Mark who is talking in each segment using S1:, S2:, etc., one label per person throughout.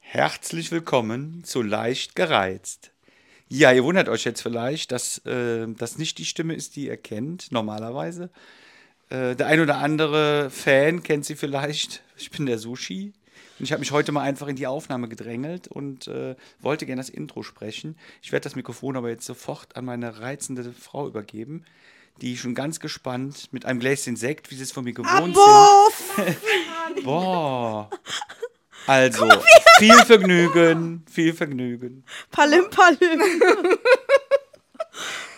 S1: Herzlich willkommen zu Leicht gereizt. Ja, ihr wundert euch jetzt vielleicht, dass äh, das nicht die Stimme ist, die ihr kennt, normalerweise. Äh, der ein oder andere Fan kennt sie vielleicht. Ich bin der Sushi. Und ich habe mich heute mal einfach in die Aufnahme gedrängelt und äh, wollte gerne das Intro sprechen. Ich werde das Mikrofon aber jetzt sofort an meine reizende Frau übergeben, die schon ganz gespannt mit einem Gläschen Sekt, wie sie es von mir gewohnt sind. Boah. Also, viel Vergnügen, viel Vergnügen.
S2: Palim Palim.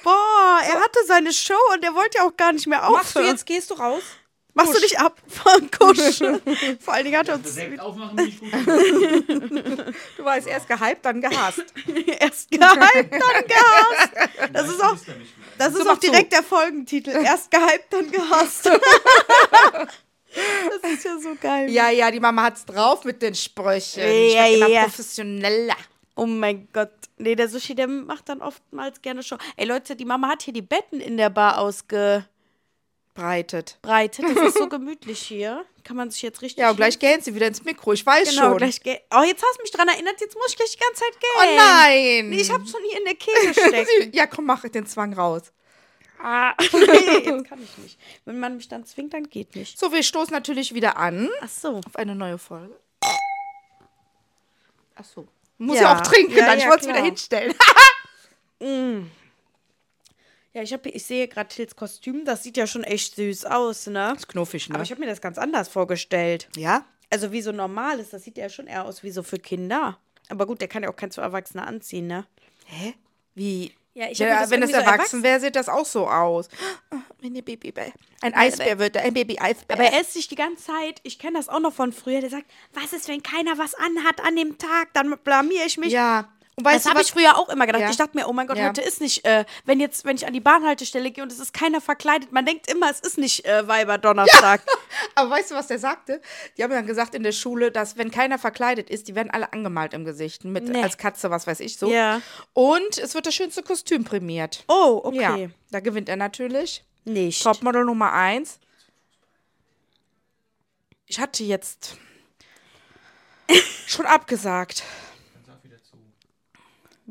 S2: Boah, er hatte seine Show und er wollte ja auch gar nicht mehr
S3: Machst du
S2: aufhören.
S3: jetzt, gehst du raus?
S2: Machst du dich ab von Kusch? Vor allen Dingen hat er uns
S1: aufmachen nicht gut.
S3: Du warst erst gehypt, dann gehasst.
S2: erst gehypt, dann gehasst. Das ist auch, das ist
S3: mach
S2: auch direkt der Folgentitel. Erst gehypt, dann gehasst. Das ist ja so geil.
S3: ja, ja, die Mama hat's drauf mit den Sprüchen.
S2: Ja,
S3: ich bin
S2: ja.
S3: immer professioneller.
S2: Oh mein Gott. Nee, der Sushi, der macht dann oftmals gerne Show. Ey Leute, die Mama hat hier die Betten in der Bar ausgebreitet.
S3: Breitet.
S2: Das ist so gemütlich hier. Kann man sich jetzt richtig
S3: Ja, und gleich gähnt sie wieder ins Mikro, ich weiß
S2: Genau,
S3: schon.
S2: gleich Geld. Oh, jetzt hast du mich dran erinnert, jetzt muss ich gleich die ganze Zeit Geld.
S3: oh nein!
S2: Nee, ich hab's schon hier in der Kehle stecken.
S3: Ja, komm, mach den Zwang raus.
S2: ah, nee, jetzt kann ich nicht. Wenn man mich dann zwingt, dann geht nicht.
S3: So, wir stoßen natürlich wieder an
S2: Ach so.
S3: auf eine neue Folge. Ach so. Muss ja,
S2: Ja.
S3: auch trinken,
S2: Ja,
S3: dann ich
S2: ja,
S3: wollte es
S2: klar.
S3: wieder hinstellen. Mm.
S2: Ja, ich, hab, hier- ich sehe gerade Tils Kostüm, das sieht ja schon echt süß aus, ne?
S3: ist knuffig, ne?
S2: Aber ich habe mir das ganz anders vorgestellt.
S3: ja?
S2: Also wie so normales, das sieht ja schon eher aus wie so für Kinder. Aber gut, der kann ja auch kein zu Erwachsener anziehen, ne?
S3: Hä? Wie?
S2: Ja, ich hab mir
S3: ja,
S2: das
S3: wenn es
S2: irgendwie so
S3: erwachsen
S2: erwachsen-
S3: wäre, sieht das auch so aus. Oh, Mini Babybär. Ein Eisbär wird er, ein Baby-Eisbär.
S2: Aber er ist sich die ganze Zeit, ich kenne das auch noch von früher, der sagt, was ist, wenn keiner was anhat an dem Tag, dann blamier ich mich.
S3: ja. Und weißt
S2: das
S3: du
S2: habe
S3: was?
S2: ich früher auch immer gedacht.
S3: Ja.
S2: Ich dachte mir, oh mein Gott,
S3: Ja.
S2: heute ist nicht, äh, wenn jetzt, wenn ich an die Bahnhaltestelle gehe und es ist keiner verkleidet, man denkt immer, es ist nicht äh, Weiber-Donnerstag.
S3: aber weißt du, was der sagte? Die haben dann gesagt in der Schule, dass wenn keiner verkleidet ist, die werden alle angemalt im Gesicht. Mit,
S2: Nee.
S3: Als Katze, was weiß ich so.
S2: Ja.
S3: Und es wird das schönste Kostüm prämiert.
S2: Oh, okay.
S3: Ja, da gewinnt er natürlich.
S2: Nicht.
S3: Topmodel Nummer 1. Ich hatte jetzt schon abgesagt.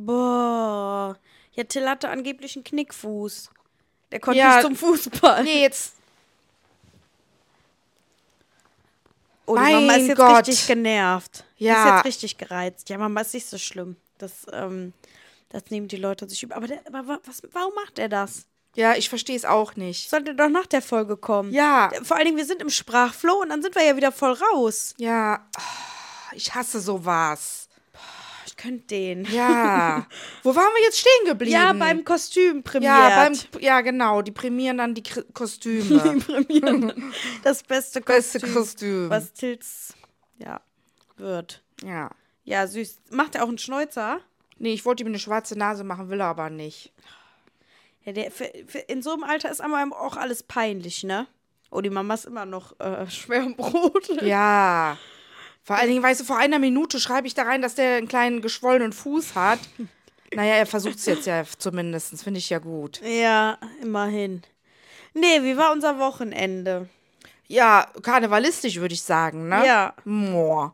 S2: Boah. Ja, Till hatte angeblich einen Knickfuß. Der konnte
S3: Ja.
S2: nicht zum Fußball.
S3: Nee, jetzt
S2: Oh, die
S3: Mein
S2: Mama ist jetzt
S3: Gott.
S2: richtig genervt. Die ist
S3: Ja.
S2: jetzt richtig gereizt. Ja, Mama ist nicht so schlimm. Das, ähm, das nehmen die Leute sich über. Aber, der, aber wa- was, warum macht er das?
S3: Ja, ich verstehe es auch nicht.
S2: Sollte doch nach der Folge kommen.
S3: Ja,
S2: Vor allen Dingen, wir sind im Sprachflow und dann sind wir ja wieder voll raus.
S3: ja. Ah, Ich hasse sowas.
S2: Oh, Ich könnte den.
S3: Ja. Wo waren wir jetzt stehen geblieben?
S2: Ja, beim Kostüm prämiert.
S3: ja, beim ja, genau, die prämieren dann die Kri- Kostüme.
S2: das beste
S3: Beste
S2: Kostüm,
S3: Kostüm.
S2: was Tils ja, wird.
S3: Ja.
S2: Ja, süß. Macht er auch einen Schnäuzer?
S3: Nee, ich wollte ihm eine schwarze Nase machen, will er aber nicht.
S2: Ja, der, für, für, in so einem Alter ist aber auch alles peinlich, ne? Oh, die Mama ist immer noch äh, schwer im Brot.
S3: Ja. Vor allen Dingen, weißt du, vor einer Minute schreibe ich da rein, dass der einen kleinen geschwollenen Fuß hat. Naja, er versucht es jetzt ja zumindest. Finde ich ja gut.
S2: Ja, immerhin. Nee, wie war unser Wochenende?
S3: Ja, karnevalistisch würde ich sagen, ne?
S2: Ja.
S3: Moor.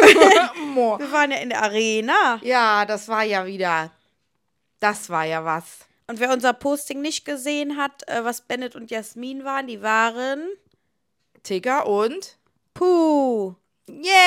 S3: Moor.
S2: Wir waren ja in der Arena.
S3: Ja, das war ja wieder. Das war ja was.
S2: Und wer unser Posting nicht gesehen hat, äh, was Bennett und Jasmin waren, die waren.
S3: Tigger und.
S2: Puh.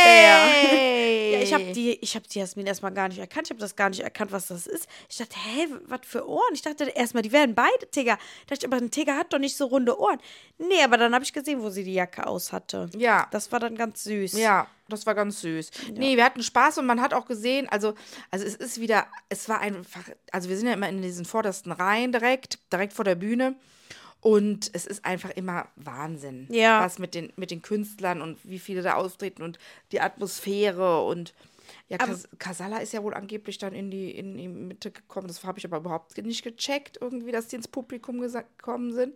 S3: Yay!
S2: Ja, ich habe die, ich hab die Jasmin erstmal gar nicht erkannt. Ich habe das gar nicht erkannt, was das ist. Ich dachte, hä, was für Ohren? Ich dachte erstmal, die wären beide Tiger. Dachte ich, aber ein Tiger hat doch nicht so runde Ohren. Nee, aber dann habe ich gesehen, wo sie die Jacke aus hatte.
S3: Ja.
S2: Das war dann ganz süß.
S3: Ja, das war ganz süß. Nee, wir hatten Spaß und man hat auch gesehen, also, also es ist wieder, es war einfach, also wir sind ja immer in diesen vordersten Reihen direkt, direkt vor der Bühne. Und es ist einfach immer Wahnsinn,
S2: Ja.
S3: was mit den, mit den Künstlern und wie viele da auftreten und die Atmosphäre und ja,
S2: Aber-
S3: Kas Kasala ist ja wohl angeblich dann in die, in die Mitte gekommen. Das habe ich aber überhaupt nicht gecheckt, irgendwie, dass die ins Publikum gesa- gekommen sind.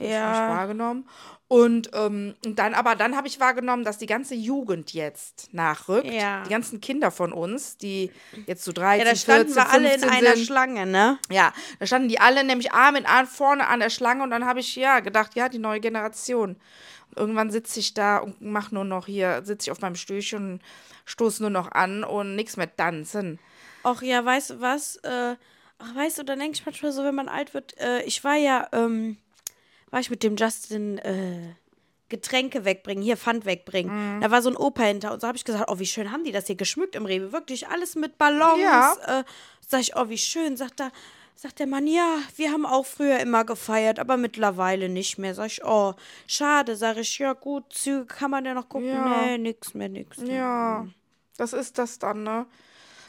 S3: Das ja. habe ich
S2: Ja.
S3: nicht wahrgenommen. Und, ähm, und dann, aber dann habe ich wahrgenommen, dass die ganze Jugend jetzt nachrückt.
S2: Ja.
S3: Die ganzen Kinder von uns, die jetzt so 13,
S2: Ja, da standen
S3: 14,
S2: wir alle in
S3: 15
S2: einer
S3: sind.
S2: Schlange, ne?
S3: Ja, da standen die alle nämlich Arm in Arm vorne an der Schlange und dann habe ich ja gedacht, ja, die neue Generation. Und Irgendwann sitze ich da und mache nur noch hier, sitze ich auf meinem Stühlchen, stoße nur noch an und nichts mehr tanzen.
S2: Ach ja, weißt du was? Äh, ach, weißt du, dann denke ich manchmal so, wenn man alt wird. Äh, ich war ja, ähm, war ich mit dem Justin äh, Getränke wegbringen, hier Pfand
S3: Mhm.
S2: wegbringen. Da war so ein Opa hinter und so habe ich gesagt, oh, wie schön haben die das hier geschmückt im Rewe. Wirklich alles mit Ballons.
S3: Ja.
S2: Äh, sag ich, oh, wie schön. Sagt da, sagt der Mann, ja, wir haben auch früher immer gefeiert, aber mittlerweile nicht mehr. Sag ich, oh, schade. Sag ich, ja gut, Züge kann man ja noch gucken.
S3: Ja.
S2: Nee, nix mehr, nix mehr.
S3: Ja, das ist das dann, ne?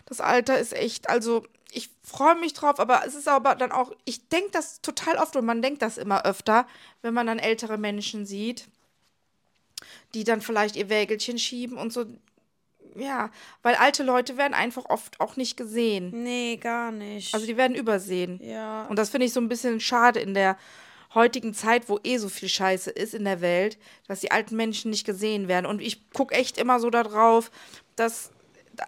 S3: Das Alter ist echt, also ich freue mich drauf, aber es ist aber dann auch, ich denke das total oft und man denkt das immer öfter, wenn man dann ältere Menschen sieht, die dann vielleicht ihr Wägelchen schieben und so. Ja, weil alte Leute werden einfach oft auch nicht gesehen.
S2: Nee, gar nicht.
S3: Also die werden übersehen.
S2: ja.
S3: Und das finde ich so ein bisschen schade in der heutigen Zeit, wo eh so viel Scheiße ist in der Welt, dass die alten Menschen nicht gesehen werden. Und ich gucke echt immer so darauf, dass,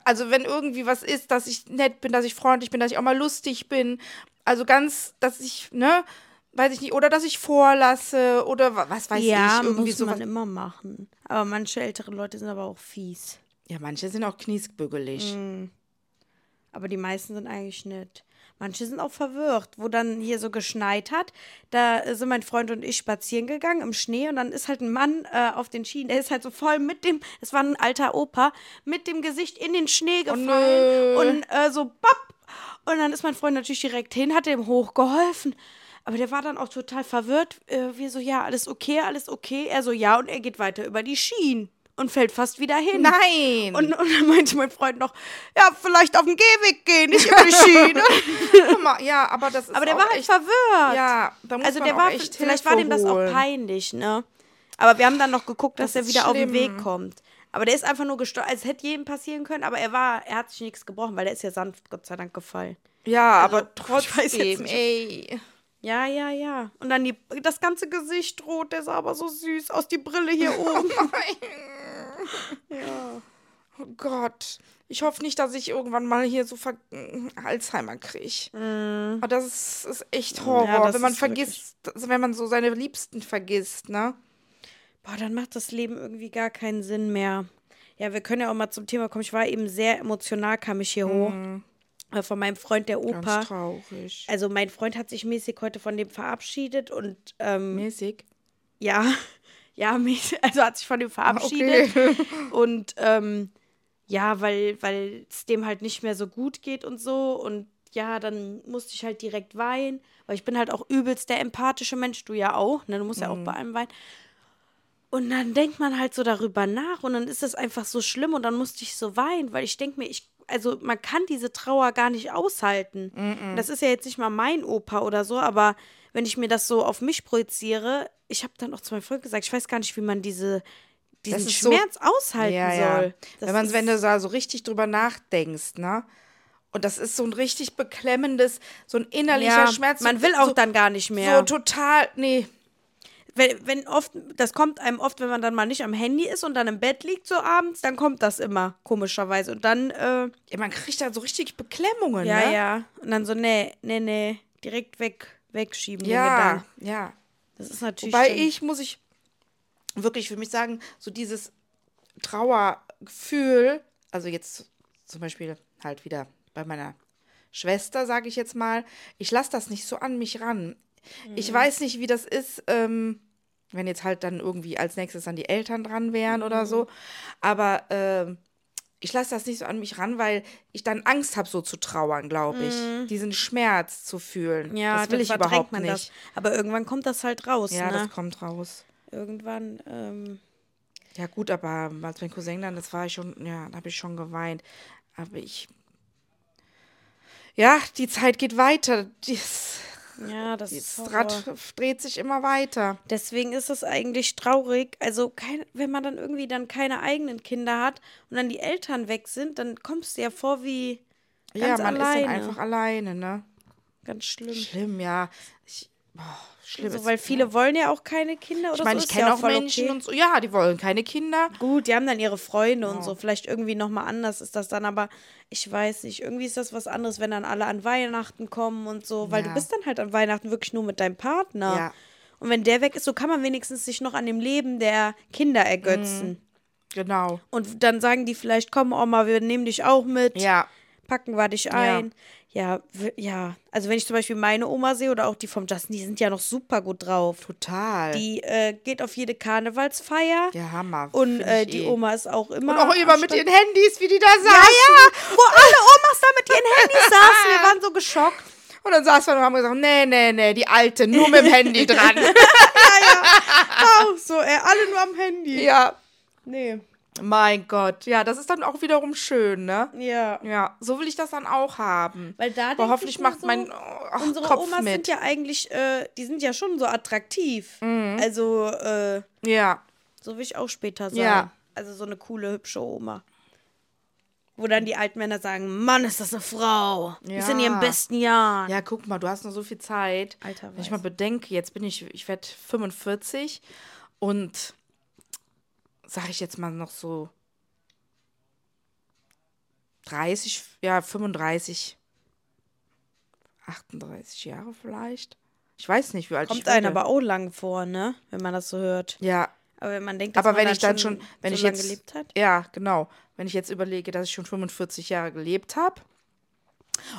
S3: also wenn irgendwie was ist, dass ich nett bin, dass ich freundlich bin, dass ich auch mal lustig bin. Also ganz, dass ich, ne, weiß ich nicht, oder dass ich vorlasse oder wa- was weiß
S2: ja,
S3: ich, irgendwie
S2: muss
S3: so.
S2: man immer machen. Aber manche ältere Leute sind aber auch fies.
S3: Ja, manche sind auch kniesbügelig.
S2: Mhm. Aber die meisten sind eigentlich nett. Manche sind auch verwirrt, wo dann hier so geschneit hat. Da äh, sind mein Freund und ich spazieren gegangen im Schnee und dann ist halt ein Mann äh, auf den Schienen. Der ist halt so voll mit dem, es war ein alter Opa, mit dem Gesicht in den Schnee gefallen
S3: Oh, nö.
S2: und äh, so bopp. Und dann ist mein Freund natürlich direkt hin, hat dem hochgeholfen. Aber der war dann auch total verwirrt. Äh, wir so, ja, alles okay, alles okay. Er so, ja, und er geht weiter über die Schienen und fällt fast wieder hin.
S3: Nein!
S2: Und, und dann meinte mein Freund noch, ja, vielleicht auf den Gehweg gehen, nicht über die Schiene.
S3: Guck mal, ja, aber das ist
S2: Aber der
S3: auch
S2: war halt
S3: echt,
S2: verwirrt.
S3: ja, da muss
S2: also
S3: man
S2: der
S3: auch
S2: war,
S3: echt
S2: vielleicht
S3: Hilfe
S2: war dem das auch
S3: holen.
S2: peinlich, ne? Aber wir haben dann noch geguckt, dass er
S3: Das ist
S2: wieder auf den
S3: schlimm.
S2: Weg kommt. Aber der ist einfach nur gestorben. Es hätte jedem passieren können, aber er war, er hat sich nichts gebrochen, weil der ist ja sanft, Gott sei Dank, gefallen.
S3: Ja,
S2: Also
S3: aber
S2: ich weiß jetzt
S3: trotzdem,
S2: nicht.
S3: ey.
S2: Ja, ja, ja. Und dann die, das ganze Gesicht rot, der sah aber so süß aus, die Brille hier oben.
S3: Oh Gott. Ich hoffe nicht, dass ich irgendwann mal hier so Ver Alzheimer kriege. Aber das ist, ist echt Horror,
S2: Mhm. Ja, das
S3: wenn man
S2: ist wirklich-
S3: vergisst, also wenn man so seine Liebsten vergisst, ne?
S2: Boah, dann macht das Leben irgendwie gar keinen Sinn mehr. Ja, wir können ja auch mal zum Thema kommen. Ich war eben sehr emotional, kam ich hier hoch. Äh, Von meinem Freund, der
S3: Mhm. Ganz
S2: Opa.
S3: traurig.
S2: Also mein Freund hat sich mäßig heute von dem verabschiedet und ähm,
S3: Mäßig.
S2: ja, ja, mäßig, also hat sich von dem
S3: Ah,
S2: verabschiedet. Und ähm, ja, weil weil es dem halt nicht mehr so gut geht und so. Und ja, dann musste ich halt direkt weinen, weil ich bin halt auch übelst der empathische Mensch, du ja auch, ne? Du musst ja
S3: Mhm.
S2: auch bei allem weinen. Und dann denkt man halt so darüber nach und dann ist es einfach so schlimm und dann musste ich so weinen, weil ich denke mir, ich, also man kann diese Trauer gar nicht aushalten. Und
S3: Mhm.
S2: Das ist ja jetzt nicht mal mein Opa oder so, aber wenn ich mir das so auf mich projiziere, ich habe dann auch zu meinem Freund gesagt, ich weiß gar nicht, wie man diese, diesen
S3: ist so-
S2: Schmerz aushalten soll. Das
S3: Wenn, man, wenn
S2: ist-
S3: du da so richtig drüber nachdenkst, ne? Und das ist so ein richtig beklemmendes, so ein innerlicher
S2: ja,
S3: Schmerz.
S2: man
S3: so-
S2: will auch
S3: so,
S2: dann gar nicht
S3: mehr. So
S2: mehr.
S3: total, nee,
S2: wenn, wenn oft, das kommt einem oft, wenn man dann mal nicht am Handy ist und dann im Bett liegt so abends, dann kommt das immer, komischerweise. Und dann, äh,
S3: Ja, man kriegt da so richtig Beklemmungen,
S2: Ja,
S3: ne?
S2: ja. Und dann so, nee, nee, nee. Direkt weg, wegschieben. Den
S3: Ja,
S2: Gedanken.
S3: ja.
S2: Das ist natürlich.
S3: Wobei
S2: dann-
S3: ich, muss ich wirklich für mich sagen, so dieses Trauergefühl, also jetzt zum Beispiel halt wieder bei meiner Schwester, sage ich jetzt mal, ich lasse das nicht so an mich ran.
S2: Mhm.
S3: Ich weiß nicht, wie das ist, ähm, wenn jetzt halt dann irgendwie als nächstes dann die Eltern dran wären oder
S2: Mhm.
S3: so, aber ähm, ich lasse das nicht so an mich ran, weil ich dann Angst habe, so zu trauern, glaube ich. Diesen Schmerz zu fühlen.
S2: Mhm. Ja,
S3: das will
S2: dann
S3: ich
S2: verdrängt
S3: überhaupt
S2: man
S3: nicht.
S2: Das. Aber irgendwann kommt das halt raus,
S3: Ja,
S2: ne?
S3: das kommt raus.
S2: Irgendwann, ähm,
S3: Ja, gut, aber als mein Cousin dann, das war ich schon, ja, da habe ich schon geweint. Aber ich. Ja, die Zeit geht weiter. Dies,
S2: ja, das ist
S3: dieses
S2: Horror.
S3: Rad dreht sich immer weiter.
S2: Deswegen ist es eigentlich traurig. Also, kein, wenn man dann irgendwie dann keine eigenen Kinder hat und dann die Eltern weg sind, dann kommst du ja vor wie ganz
S3: ja, man
S2: alleine.
S3: ist dann einfach alleine, ne?
S2: ganz schlimm.
S3: Schlimm, ja. Ich, boah, schlimm.
S2: So,
S3: ist-
S2: weil viele wollen ja auch keine Kinder oder
S3: Ich meine,
S2: so.
S3: ich
S2: ist
S3: kenne
S2: ja
S3: auch
S2: voll
S3: Menschen
S2: okay.
S3: und so. Ja, die wollen keine Kinder.
S2: Gut, die haben dann ihre Freunde und so. Vielleicht irgendwie nochmal anders ist das dann, aber ich weiß nicht. Irgendwie ist das was anderes, wenn dann alle an Weihnachten kommen und so, weil du
S3: Ja.
S2: bist dann halt an Weihnachten wirklich nur mit deinem Partner.
S3: Ja.
S2: Und wenn der weg ist, so kann man wenigstens sich noch an dem Leben der Kinder ergötzen.
S3: Mhm. Genau.
S2: Und dann sagen die vielleicht, komm Oma, wir nehmen dich auch mit,
S3: Ja.
S2: packen wir dich ein. Ja. w- ja. Also wenn ich zum Beispiel meine Oma sehe oder auch die vom Justin, die sind ja noch super gut drauf.
S3: Total.
S2: Die äh, geht auf jede Karnevalsfeier
S3: der Hammer.
S2: und
S3: find
S2: äh,
S3: ich
S2: die
S3: eh.
S2: Oma ist auch immer.
S3: Und auch immer
S2: am
S3: mit
S2: Stand-
S3: ihren Handys, wie die da saßen.
S2: Ja, ja, wo alle Omas da mit ihren Handys saßen. Wir waren so geschockt.
S3: Und dann saßen wir und haben gesagt, nee, nee, nee, die alte, nur mit dem Handy dran.
S2: Auch so, ey, alle nur am Handy.
S3: ja.
S2: Nee.
S3: Mein Gott. Ja, das ist dann auch wiederum schön, ne?
S2: Ja.
S3: Ja, so will ich das dann auch haben.
S2: Weil da denk
S3: Boah,
S2: ich
S3: hoffentlich
S2: mir
S3: macht
S2: so,
S3: mein oh,
S2: Unsere
S3: Kopf
S2: Omas
S3: mit.
S2: sind ja eigentlich, äh, die sind ja schon so attraktiv.
S3: Mhm.
S2: Also, äh,
S3: ja.
S2: so will ich auch später sein.
S3: Ja.
S2: Also so eine coole, hübsche Oma. Wo dann die alten Männer sagen, Mann, ist das eine Frau. Die ist in
S3: Ja.
S2: ihrem besten Jahr.
S3: Ja, guck mal, du hast noch so viel Zeit.
S2: Alter
S3: Wenn ich
S2: weiß.
S3: mal bedenke, jetzt bin ich, ich werde 45 und sage ich jetzt mal noch so 30, ja, 35, 38 Jahre vielleicht. Ich weiß nicht, wie alt ich
S2: Kommt
S3: werde.
S2: einem aber auch lang vor, ne? Wenn man das so hört.
S3: Ja,
S2: Aber wenn man denkt, dass
S3: aber
S2: man
S3: wenn ich dann schon, wenn
S2: so
S3: ich
S2: lange
S3: jetzt
S2: gelebt hat.
S3: ja genau, wenn ich jetzt überlege, dass ich schon 45 Jahre gelebt habe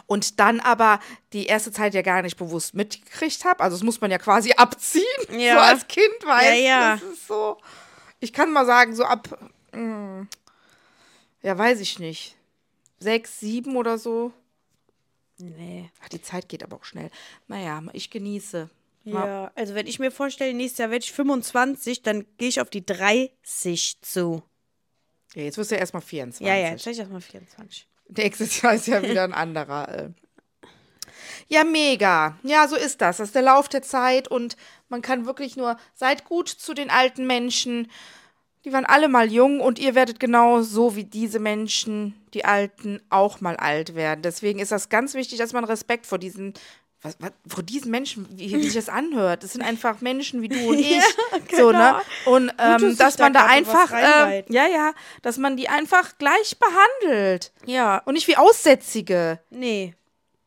S3: und dann aber die erste Zeit ja gar nicht bewusst mitgekriegt habe, also das muss man ja quasi abziehen,
S2: Ja.
S3: so als Kind weiß,
S2: Ja, ja.
S3: das ist so. Ich kann mal sagen so ab, mm, ja weiß ich nicht, sechs, sieben oder so.
S2: Nee.
S3: Ach, die Zeit geht aber auch schnell. Naja, ich genieße. Mal-
S2: Ja, also wenn ich mir vorstelle, nächstes Jahr werde ich 25, dann gehe ich auf die 30 zu.
S3: Ja, jetzt wirst du ja erstmal 24.
S2: Ja, ja, jetzt stelle ich erstmal 24.
S3: Nächstes Jahr ist ja wieder ein anderer. Äh. Ja, mega. Ja, so ist das. Das ist der Lauf der Zeit und man kann wirklich nur, seid gut zu den alten Menschen. Die waren alle mal jung und ihr werdet genau so wie diese Menschen, die Alten, auch mal alt werden. Deswegen ist das ganz wichtig, dass man Respekt vor diesen, was, was, vor diesen Menschen, wie, wie sich das anhört. Das sind einfach Menschen wie du und ich. so, ne? Und ähm,
S2: tust
S3: dass
S2: dich da
S3: man da
S2: gerade was
S3: einfach, äh,
S2: reinreiten.
S3: ja, ja, dass man die einfach gleich behandelt.
S2: Ja,
S3: Und nicht wie Aussätzige.
S2: nee.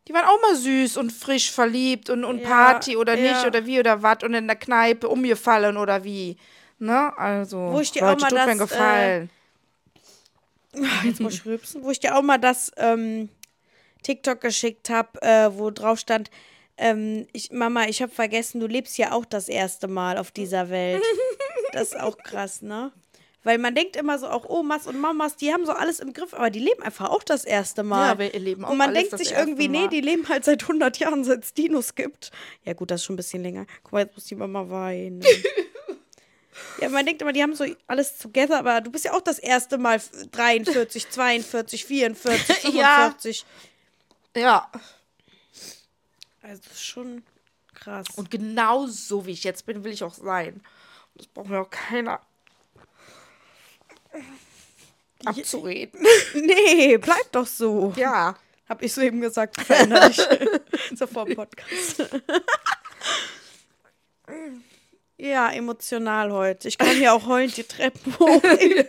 S3: Die waren auch mal süß und frisch verliebt und, und
S2: Ja,
S3: Party oder
S2: ja.
S3: nicht oder wie oder was und in der Kneipe umgefallen oder wie. Ne? Also,
S2: Wo ich dir auch
S3: Leute,
S2: mal
S3: tut mir
S2: das,
S3: einen Gefallen.
S2: Jetzt muss ich rübsen. Wo ich dir auch mal das ähm, TikTok geschickt habe, äh, wo drauf stand, ähm, ich, Mama, ich habe vergessen, du lebst ja auch das erste Mal auf dieser Welt. Das ist auch krass, ne? Weil man denkt immer so, auch Omas und Mamas, die haben so alles im Griff, aber die leben einfach auch das erste Mal.
S3: Ja, wir leben auch
S2: Und man
S3: alles
S2: denkt
S3: das
S2: sich
S3: erste
S2: irgendwie, nee,
S3: Mal.
S2: die leben halt seit 100 Jahren, seit es Dinos gibt. Ja gut, das ist schon ein bisschen länger. Guck mal, jetzt muss die Mama weinen. Ja, man denkt immer, die haben so alles together, aber du bist ja auch das erste Mal f- 43, 42, 44,
S3: Ja.
S2: 45.
S3: Ja.
S2: Also schon krass.
S3: Und genau so wie ich jetzt bin, will ich auch sein. Das braucht mir auch keiner abzureden.
S2: nee, bleib doch so.
S3: Ja.
S2: Hab ich soeben gesagt, veränder dich. so vor dem Podcast. ja, emotional heute. Ich kam hier auch heulend die Treppen hoch. Ich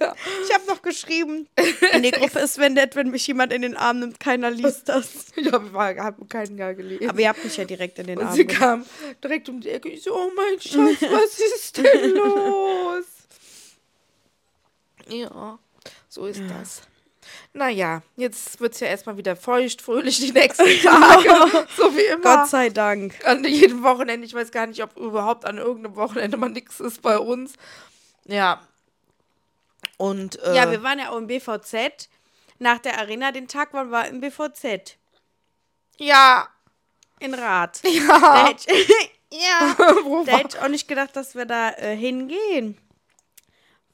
S2: habe noch geschrieben, in der Gruppe ist wenn nett, wenn mich jemand in den Arm nimmt, keiner liest das.
S3: Ich habe hab keinen gar gelesen.
S2: Aber ihr habt mich ja direkt in den
S3: Und
S2: Arm
S3: sie
S2: genommen.
S3: kam direkt um die Ecke. Ich so, oh mein Schatz, was ist denn los? Ja, so ist das. Naja, jetzt wird es ja erstmal wieder feucht, fröhlich die nächsten Tage. so wie immer.
S2: Gott sei Dank.
S3: an jedem Wochenende. Ich weiß gar nicht, ob überhaupt an irgendeinem Wochenende mal nichts ist bei uns. Ja. Und äh,
S2: Ja, wir waren ja auch im BVZ. Nach der Arena, den Tag waren wir im BVZ.
S3: ja,
S2: In Rath. Ja. Da hätte ich, ja.
S3: Wo
S2: da hätte ich auch nicht gedacht, dass wir da äh, hingehen.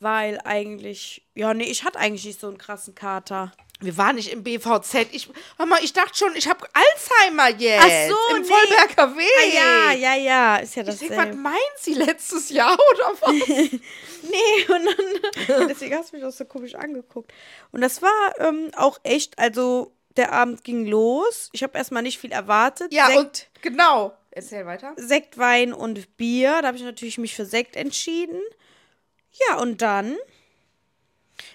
S2: Weil eigentlich, ja, nee, ich hatte eigentlich nicht so einen krassen Kater.
S3: Wir waren nicht im BVZ. Ich, Mama, ich dachte schon, ich habe Alzheimer jetzt.
S2: Ach so,
S3: Im
S2: nee.
S3: Vollberger Weg.
S2: Ah, ja, ja, ja, ist ja das. äh,
S3: Ich denk, was
S2: nee,
S3: meint sie letztes Jahr oder was?
S2: und dann, deswegen hast du mich auch so komisch angeguckt. Und das war ähm, auch echt, also der Abend ging los. Ich habe erstmal nicht viel erwartet.
S3: ja,
S2: Sekt,
S3: und genau. Erzähl weiter.
S2: Sekt, Wein und Bier. Da habe ich natürlich mich für Sekt entschieden. Ja, und dann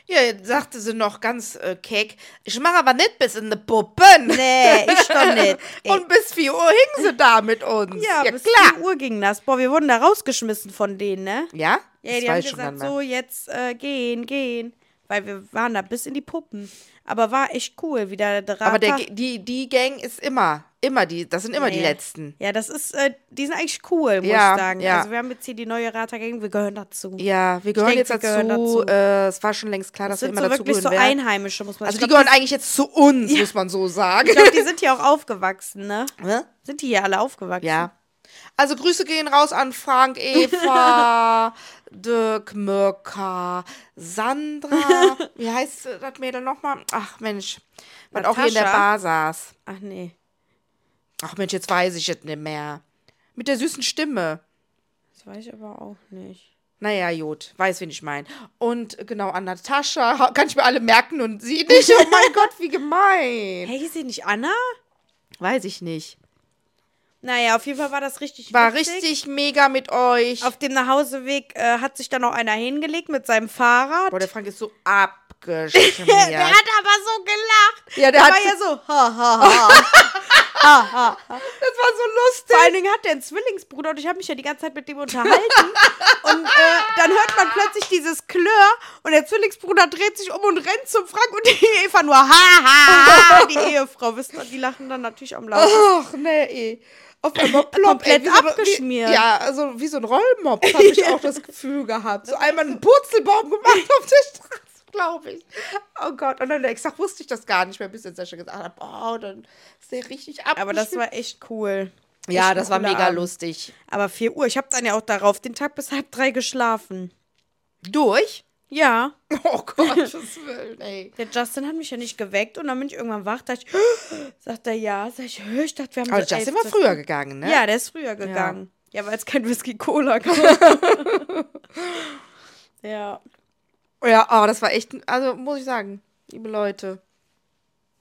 S3: Ja, sagte sie noch ganz äh, keck. Ich mache aber nicht bis in die Puppen.
S2: Nee, ich doch nicht. Ey.
S3: Und bis 4 Uhr hing sie da mit uns.
S2: ja, bis 4 Uhr ging das. Boah, wir wurden da rausgeschmissen von denen, ne?
S3: Ja?
S2: Ja,
S3: Das
S2: die
S3: weiß
S2: haben
S3: ich schon
S2: gesagt,
S3: gar nicht
S2: so, jetzt äh, gehen, gehen. Weil wir waren da bis in die Puppen. Aber war echt cool, wieder drei
S3: mehr. Aber der,
S2: Tage-
S3: G- die, die Gang ist immer, immer die, das sind immer die
S2: Nee.
S3: Letzten.
S2: Ja, das ist, äh, die sind eigentlich cool, muss
S3: Ja,
S2: ich sagen.
S3: ja.
S2: Also wir haben jetzt hier die neue Rata Gang, wir gehören dazu.
S3: Ja, wir gehören
S2: denke,
S3: jetzt
S2: wir
S3: dazu.
S2: gehören dazu.
S3: Äh, es war schon längst klar,
S2: das
S3: dass
S2: sind
S3: wir immer
S2: so
S3: dazu
S2: wirklich so
S3: gehören werden.
S2: Einheimische, muss man
S3: Also
S2: ich
S3: die
S2: glaub,
S3: gehören eigentlich jetzt zu uns, muss man so sagen.
S2: Ich glaube, die sind hier auch aufgewachsen, ne?
S3: Ne?
S2: Sind die hier alle aufgewachsen?
S3: Ja. Also Grüße gehen raus an Frank, Eva, Dirk, Mirka, Sandra. Wie heißt äh, das Mädel nochmal? Ach Mensch, was auch hier in der
S2: Natascha?
S3: Bar saß.
S2: Ach nee,
S3: Ach Mensch, jetzt weiß ich es nicht mehr. Mit der süßen Stimme.
S2: das weiß ich aber auch nicht.
S3: Naja, Jod, weiß, wen ich meine. Und äh, genau, an Natascha ha- kann ich mir alle merken und sie nicht. Oh mein Gott, wie gemein.
S2: Hey, ist sie nicht Anna?
S3: Weiß ich nicht.
S2: Naja, auf jeden Fall war das richtig
S3: War
S2: witzig.
S3: richtig mega mit euch.
S2: Auf dem Nachhauseweg äh, hat sich dann noch einer hingelegt mit seinem Fahrrad.
S3: Boah, der Frank ist so
S2: Der
S3: abgeschmiert.
S2: hat aber so gelacht.
S3: Ja, der
S2: der
S3: hat-
S2: war ja so, ha, ha, ha.
S3: das war so lustig.
S2: Vor allen Dingen hat der einen Zwillingsbruder und ich habe mich ja die ganze Zeit mit dem unterhalten. und äh, dann hört
S3: Ah.
S2: man plötzlich dieses Klör und der Zwillingsbruder dreht sich um und rennt zum Frank und die Eva nur, ha,
S3: Ah.
S2: ha, ha. Die Ehefrau, wisst ihr, die lachen dann natürlich am Laufen.
S3: Ach, nee, ey. Auf einmal plopp,
S2: Komplett
S3: ey, wie so-
S2: abgeschmiert.
S3: Wie, ja, also wie so ein Rollmops habe ich auch das Gefühl gehabt. So einmal einen Purzelbaum gemacht auf der Straße, glaube ich. Oh Gott, und dann nächsten Tag wusste ich das gar nicht mehr, bis jetzt Sascha gesagt hat, boah, dann ist der richtig abgeschmiert.
S2: Aber das war echt cool. Echt
S3: ja,
S2: ein
S3: das war
S2: cooler
S3: mega
S2: Abend.
S3: lustig.
S2: Aber 4 Uhr, ich habe dann ja auch darauf den Tag bis halb drei geschlafen.
S3: Durch?
S2: Ja.
S3: Oh Gott, das will, ey.
S2: Der Justin hat mich ja nicht geweckt und dann bin ich irgendwann wach, dachte ich, sagt er ja, sag ich, "Hö, ich dachte, wir haben
S3: Aber
S2: bis
S3: Also Justin
S2: elf
S3: war früher gegangen, ne?
S2: Ja, der ist früher gegangen. Ja, weil es kein Whisky Cola gab. ja.
S3: Ja, aber das war echt, also muss ich sagen, liebe Leute.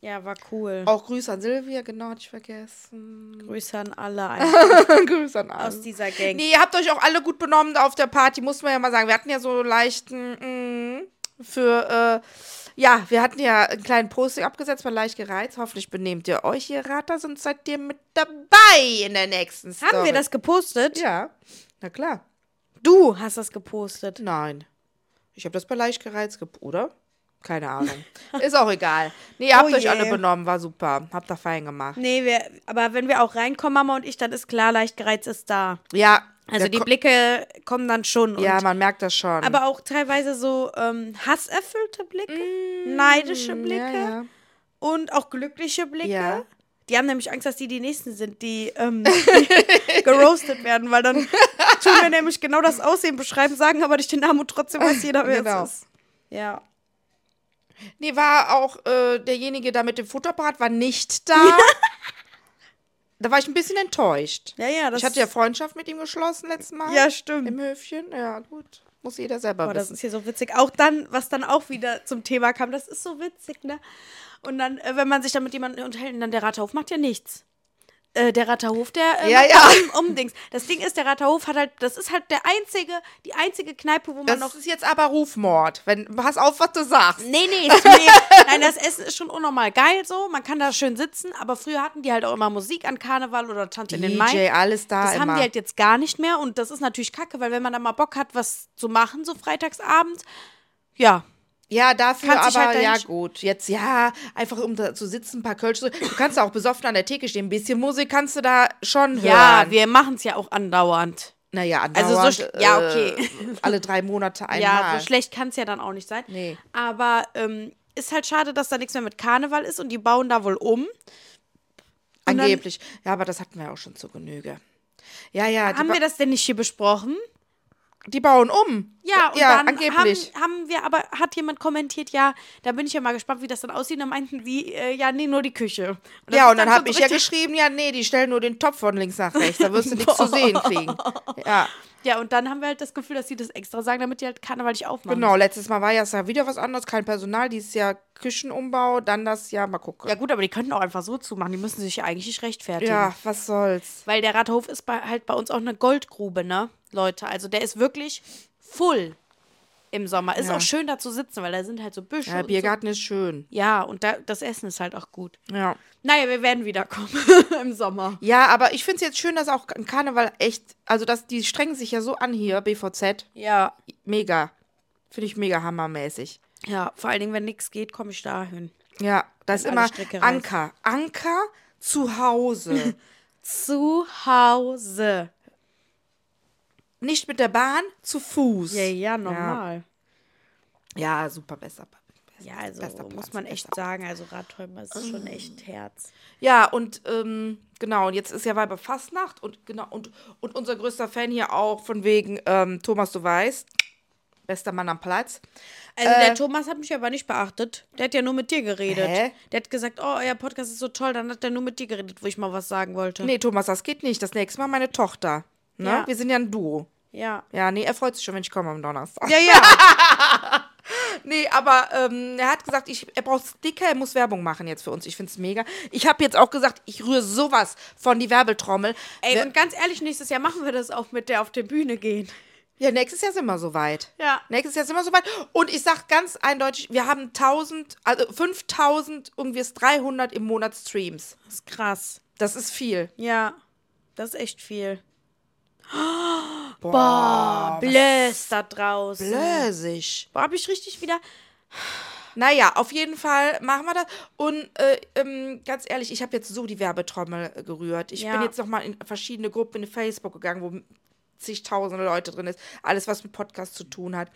S2: Ja, war cool.
S3: Auch Grüße an Silvia, genau, hatte ich vergessen.
S2: Grüße an alle einfach
S3: Grüße an alle.
S2: aus dieser Gang.
S3: Nee, ihr habt euch auch alle gut benommen auf der Party, muss man ja mal sagen. Wir hatten ja so leichten mm, für äh, ja, wir hatten ja einen kleinen Posting abgesetzt, war leicht gereizt. Hoffentlich benehmt ihr euch, ihr Rater, sonst seid ihr mit dabei in der nächsten Story.
S2: Haben wir das gepostet?
S3: Ja, na klar.
S2: Du hast das gepostet.
S3: Nein. Ich habe das bei leicht gereizt, gep- oder? Keine Ahnung. Ist auch egal. Nee, ihr habt
S2: Oh
S3: euch
S2: je.
S3: alle benommen, war super. Habt da fein gemacht.
S2: Nee, wir, aber wenn wir auch reinkommen, Mama und ich, dann ist klar, leicht gereizt ist da.
S3: Ja.
S2: Also
S3: der
S2: die
S3: Ko-
S2: Blicke kommen dann schon.
S3: Ja,
S2: und,
S3: man merkt das schon.
S2: aber auch teilweise so ähm, hasserfüllte Blicke, neidische Blicke.
S3: Mm, Ja, ja.
S2: und auch glückliche Blicke.
S3: Ja.
S2: Die haben nämlich Angst, dass die die Nächsten sind, die, ähm, die geroastet werden, weil dann tun wir nämlich genau das Aussehen beschreiben, sagen aber nicht den Namen und trotzdem weiß jeder, wer
S3: Genau.
S2: es ist. Ja.
S3: Nee, war auch äh, derjenige da mit dem Fotoapparat, war nicht da. da war ich ein bisschen enttäuscht.
S2: Ja, ja, das
S3: ich hatte ja Freundschaft mit ihm geschlossen letztes Mal.
S2: Ja, stimmt.
S3: Im Höfchen, ja, gut. Muss jeder selber
S2: Boah, oh, das
S3: wissen.
S2: ist hier so witzig. Auch dann, was dann auch wieder zum Thema kam, das ist so witzig, ne? Und dann, äh, wenn man sich dann mit jemandem unterhält, und dann der Ratterhof macht ja nichts. Äh, der Ratterhof, der äh,
S3: Ja,
S2: macht
S3: ja.
S2: Um, um Dings. Das Ding ist, der Ratterhof hat halt, das ist halt der einzige, die einzige Kneipe, wo man
S3: Das
S2: noch
S3: ist jetzt aber Rufmord. Wenn, pass auf, was du sagst.
S2: Nee, nee, ist mir, nein, das Essen ist schon unnormal geil so. Man kann da schön sitzen, aber früher hatten die halt auch immer Musik an Karneval oder Tante in den
S3: DJ,
S2: Mai.
S3: alles da
S2: Das
S3: immer.
S2: haben die halt jetzt gar nicht mehr und das ist natürlich kacke, weil wenn man da mal Bock hat, was zu machen, so freitagsabend, ja.
S3: ja, dafür
S2: Kannst dich
S3: aber,
S2: halt da
S3: ja
S2: nicht-
S3: gut. Jetzt, ja, einfach um da zu sitzen, ein paar Kölsch. zu- Du kannst da auch besoffen an der Theke stehen. Ein bisschen Musik kannst du da schon hören.
S2: Ja, wir machen es ja auch andauernd.
S3: Naja,
S2: Also so
S3: andauernd,
S2: sch- ja, okay.
S3: Äh, alle drei Monate einmal.
S2: Ja, so schlecht kann es ja dann auch nicht sein.
S3: Nee.
S2: Aber ähm, ist halt schade, dass da nichts mehr mit Karneval ist und die bauen da wohl um. Und dann-
S3: Angeblich. Ja, aber das hatten wir auch schon zu Genüge. Ja, ja, die,
S2: Haben
S3: ba
S2: wir das denn nicht hier besprochen?
S3: die bauen um.
S2: Ja, und
S3: ja
S2: dann
S3: angeblich.
S2: Haben, haben wir aber, hat jemand kommentiert, ja, da bin ich ja mal gespannt, wie das dann aussieht. Und dann meinten sie, äh, ja, nee, nur die Küche. das
S3: ja,
S2: ist
S3: und dann
S2: so
S3: habe ich ja
S2: richtig-
S3: geschrieben, ja, nee, die stellen nur den Topf von links nach rechts. Da wirst du nichts zu sehen kriegen. Ja,
S2: Ja, und dann haben wir halt das Gefühl, dass sie das extra sagen, damit die halt Karneval nicht aufmachen.
S3: genau. Letztes Mal war ja es ja wieder was anderes. Kein Personal, dieses Jahr Küchenumbau, dann das Jahr, mal gucken.
S2: Ja, gut, aber die könnten auch einfach so zumachen. Die müssen sich ja eigentlich nicht rechtfertigen.
S3: Ja, was soll's.
S2: Weil der Rathof ist bei, halt bei uns auch eine Goldgrube, ne, Leute. Also der ist wirklich full. im Sommer. Ist
S3: Ja.
S2: auch schön, da zu sitzen, weil da sind halt so Büsche.
S3: Ja,
S2: und
S3: Biergarten ist schön.
S2: So. Ja, und da, das Essen ist halt auch gut.
S3: Ja.
S2: Naja, wir werden wiederkommen im Sommer.
S3: Ja, aber ich finde es jetzt schön, dass auch im Karneval echt, also dass die strengen sich ja so an hier, BVZ.
S2: Ja.
S3: Mega. Finde ich mega hammermäßig.
S2: Ja, vor allen Dingen, wenn nichts geht, komme ich dahin.
S3: Ja, da ist
S2: alle
S3: immer
S2: Stricke reißen.
S3: Anker. Anker zu Hause.
S2: Zu Hause.
S3: Nicht mit der Bahn, zu Fuß.
S2: Ja, ja, normal.
S3: Ja, super, besser.
S2: Ja, also
S3: Bester
S2: muss
S3: Platz, Mm.
S2: man echt
S3: bester
S2: sagen, also Radtäuber ist schon echt Herz.
S3: Ja, und ähm, genau, und jetzt ist ja Weiber Fastnacht und genau, und, und unser größter Fan hier auch von wegen ähm, Thomas, du weißt, bester Mann am Platz. Äh.
S2: Also der Thomas hat mich aber nicht beachtet. Der hat ja nur mit dir geredet.
S3: Hä?
S2: Der hat gesagt, oh, euer Podcast ist so toll. Dann hat er nur mit dir geredet, wo ich mal was sagen wollte.
S3: Nee, Thomas, das geht nicht. Das nächste Mal meine Tochter. Ne?
S2: Ja.
S3: Wir sind ja ein Duo.
S2: Ja.
S3: Ja, nee, er freut sich schon, wenn ich komme am Donnerstag.
S2: Ja, ja.
S3: Nee, aber ähm, er hat gesagt, ich, er braucht Sticker, er muss Werbung machen jetzt für uns. Ich find's mega. Ich habe jetzt auch gesagt, ich rühre sowas von die Werbetrommel.
S2: Ey,
S3: Wer-
S2: und ganz ehrlich, nächstes Jahr machen wir das auch mit der auf der Bühne gehen.
S3: Ja, nächstes Jahr sind wir soweit.
S2: Ja.
S3: Nächstes Jahr sind wir soweit. Und ich sag ganz eindeutig, wir haben 1000, also 5000 und wir 300 im Monat Streams.
S2: Das ist krass.
S3: Das ist viel.
S2: Ja. Das ist echt viel.
S3: Boah.
S2: Blöß da draußen.
S3: Blösig.
S2: Boah, hab ich richtig wieder.
S3: Naja, auf jeden Fall machen wir das. Und äh, ähm, ganz ehrlich, ich habe jetzt so die Werbetrommel äh, gerührt. Ich
S2: Ja.
S3: bin jetzt nochmal in verschiedene Gruppen in Facebook gegangen, wo zigtausende Leute drin ist. Alles, was mit Podcast zu tun hat.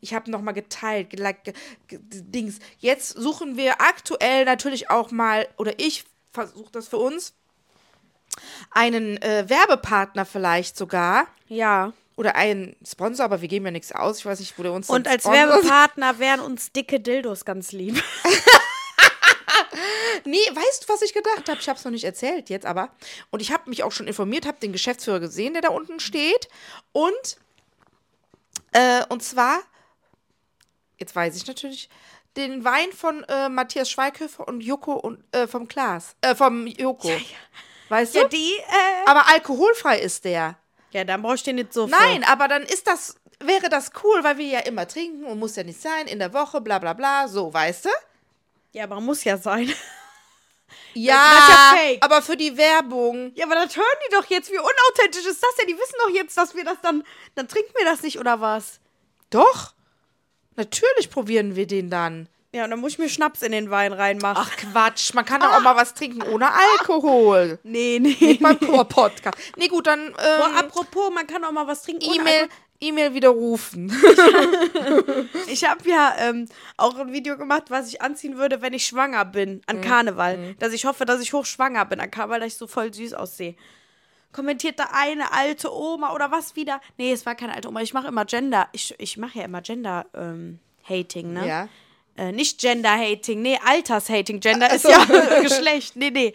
S3: Ich habe nochmal geteilt, geliked, ge ge Dings. Jetzt suchen wir aktuell natürlich auch mal, oder ich versuche das für uns, einen äh, Werbepartner vielleicht sogar.
S2: Ja.
S3: Oder einen Sponsor, aber wir geben ja nichts aus. Ich weiß nicht, wo der uns
S2: Und
S3: dann
S2: als
S3: sponsert.
S2: Werbepartner wären uns dicke Dildos ganz lieb.
S3: Nee, weißt du, was ich gedacht habe? Ich habe es noch nicht erzählt jetzt, aber. Und ich habe mich auch schon informiert, habe den Geschäftsführer gesehen, der da unten steht. Und, äh, und zwar, jetzt weiß ich natürlich, den Wein von äh, Matthias Schweighöfer und Joko und äh, vom Klaas. Äh, vom Joko. Weißt
S2: Ja,
S3: du?
S2: die, äh.
S3: Aber alkoholfrei ist der.
S2: Ja, dann brauchst du den nicht so viel.
S3: Nein, aber dann ist das, wäre das cool, weil wir ja immer trinken und muss ja nicht sein, in der Woche, bla bla bla, so, weißt du?
S2: Ja, aber muss ja sein. das ist ja
S3: Ja,
S2: fake.
S3: aber für die Werbung.
S2: Ja, aber das hören die doch jetzt. Wie unauthentisch ist das denn? Die wissen doch jetzt, dass wir das dann. Dann trinken wir das nicht, oder was?
S3: Doch. Natürlich probieren wir den dann.
S2: Ja, und dann muss ich mir Schnaps in den Wein reinmachen.
S3: Ach Quatsch, man kann doch auch mal was trinken ohne Alkohol.
S2: nee, nee.
S3: Beim Podcast. Nee, gut, dann
S2: Boah,
S3: ähm,
S2: apropos, man kann auch mal was trinken. ohne
S3: E-Mail E-Mail widerrufen.
S2: Alkohol. Ich habe ja ähm, auch ein Video gemacht, was ich anziehen würde, wenn ich schwanger bin an Karneval. Dass ich hoffe, dass ich hochschwanger bin an Karneval, dass ich so voll süß aussehe. Kommentiert da eine alte Oma oder was wieder? Nee, es war keine alte Oma. Ich mache immer Gender. Ich, ich mache ja immer Gender. Ähm, Hating, ne?
S3: Ja.
S2: äh, nicht Gender-Hating, nee, Alters-Hating. Gender
S3: Ach
S2: ist
S3: so.
S2: ja Geschlecht, nee, nee.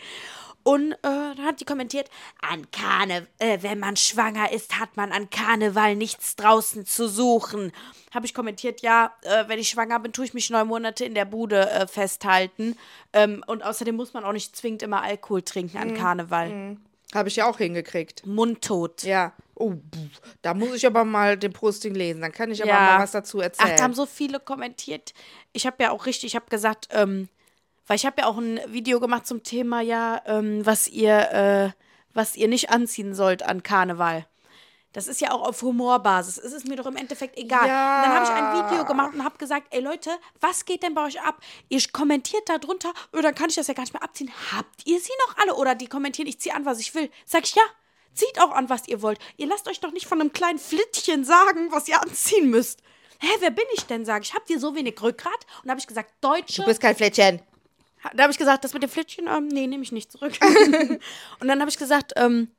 S2: Und äh, dann hat die kommentiert, an Karne, äh, wenn man schwanger ist, hat man an Karneval nichts draußen zu suchen. Habe ich kommentiert, ja, äh, wenn ich schwanger bin, tue ich mich neun Monate in der Bude äh, festhalten. Ähm, und außerdem muss man auch nicht zwingend immer Alkohol trinken
S3: Mhm.
S2: an Karneval.
S3: Habe ich ja auch hingekriegt.
S2: Mundtot.
S3: Ja. Oh, pff, da muss ich aber mal den Posting lesen. Dann kann ich aber mal was dazu erzählen.
S2: Ach, da haben so viele kommentiert. Ich habe ja auch richtig, ich habe gesagt, ähm, weil ich habe ja auch ein Video gemacht zum Thema, ja, ähm, was ihr, äh, was ihr nicht anziehen sollt an Karneval. Das ist ja auch auf Humorbasis. Es ist mir doch im Endeffekt egal.
S3: Ja.
S2: Und dann habe ich ein Video gemacht und habe gesagt, ey Leute, was geht denn bei euch ab? Ihr kommentiert da drunter, oh, dann kann ich das ja gar nicht mehr abziehen. Habt ihr sie noch alle? Oder die kommentieren, ich ziehe an, was ich will. Sag ich, ja, zieht auch an, was ihr wollt. Ihr lasst euch doch nicht von einem kleinen Flittchen sagen, was ihr anziehen müsst. Hä, wer bin ich denn, sage ich. Habt ihr so wenig Rückgrat? Und da habe ich gesagt, Deutsche
S3: du bist kein Flättchen.
S2: da habe ich gesagt, das mit dem Flittchen, ähm, nee, nehme ich nicht zurück. und dann habe ich gesagt, ähm,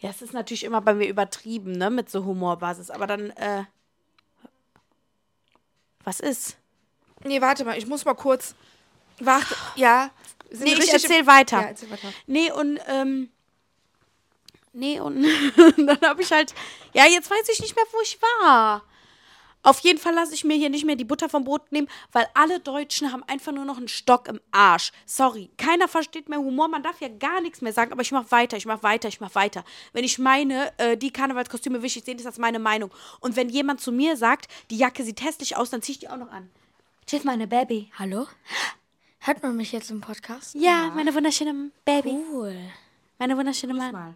S2: ja, es ist natürlich immer bei mir übertrieben, ne, mit so Humorbasis, aber dann, äh, was ist?
S3: Nee, warte mal, ich muss mal kurz. Warte. Ja. Sind
S2: Nee,
S3: wir
S2: ich
S3: richtig im-
S2: erzähl weiter.
S3: Ja, erzähl weiter.
S2: Nee, und, ähm, nee, und dann habe ich halt, ja, jetzt weiß ich nicht mehr, wo ich war. Auf jeden Fall lasse ich mir hier nicht mehr die Butter vom Brot nehmen, weil alle Deutschen haben einfach nur noch einen Stock im Arsch. Sorry, keiner versteht mehr Humor, man darf ja gar nichts mehr sagen, aber ich mache weiter, ich mache weiter, ich mache weiter. Wenn ich meine, äh, die Karnevalskostüme wichtig sehen, ist das meine Meinung. Und wenn jemand zu mir sagt, die Jacke sieht hässlich aus, dann ziehe ich die auch noch an.
S4: Tschüss, meine Baby. Hallo? Hört man mich jetzt im Podcast?
S2: Ja, meine wunderschöne Baby,
S4: Cool.
S2: meine wunderschöne Mann.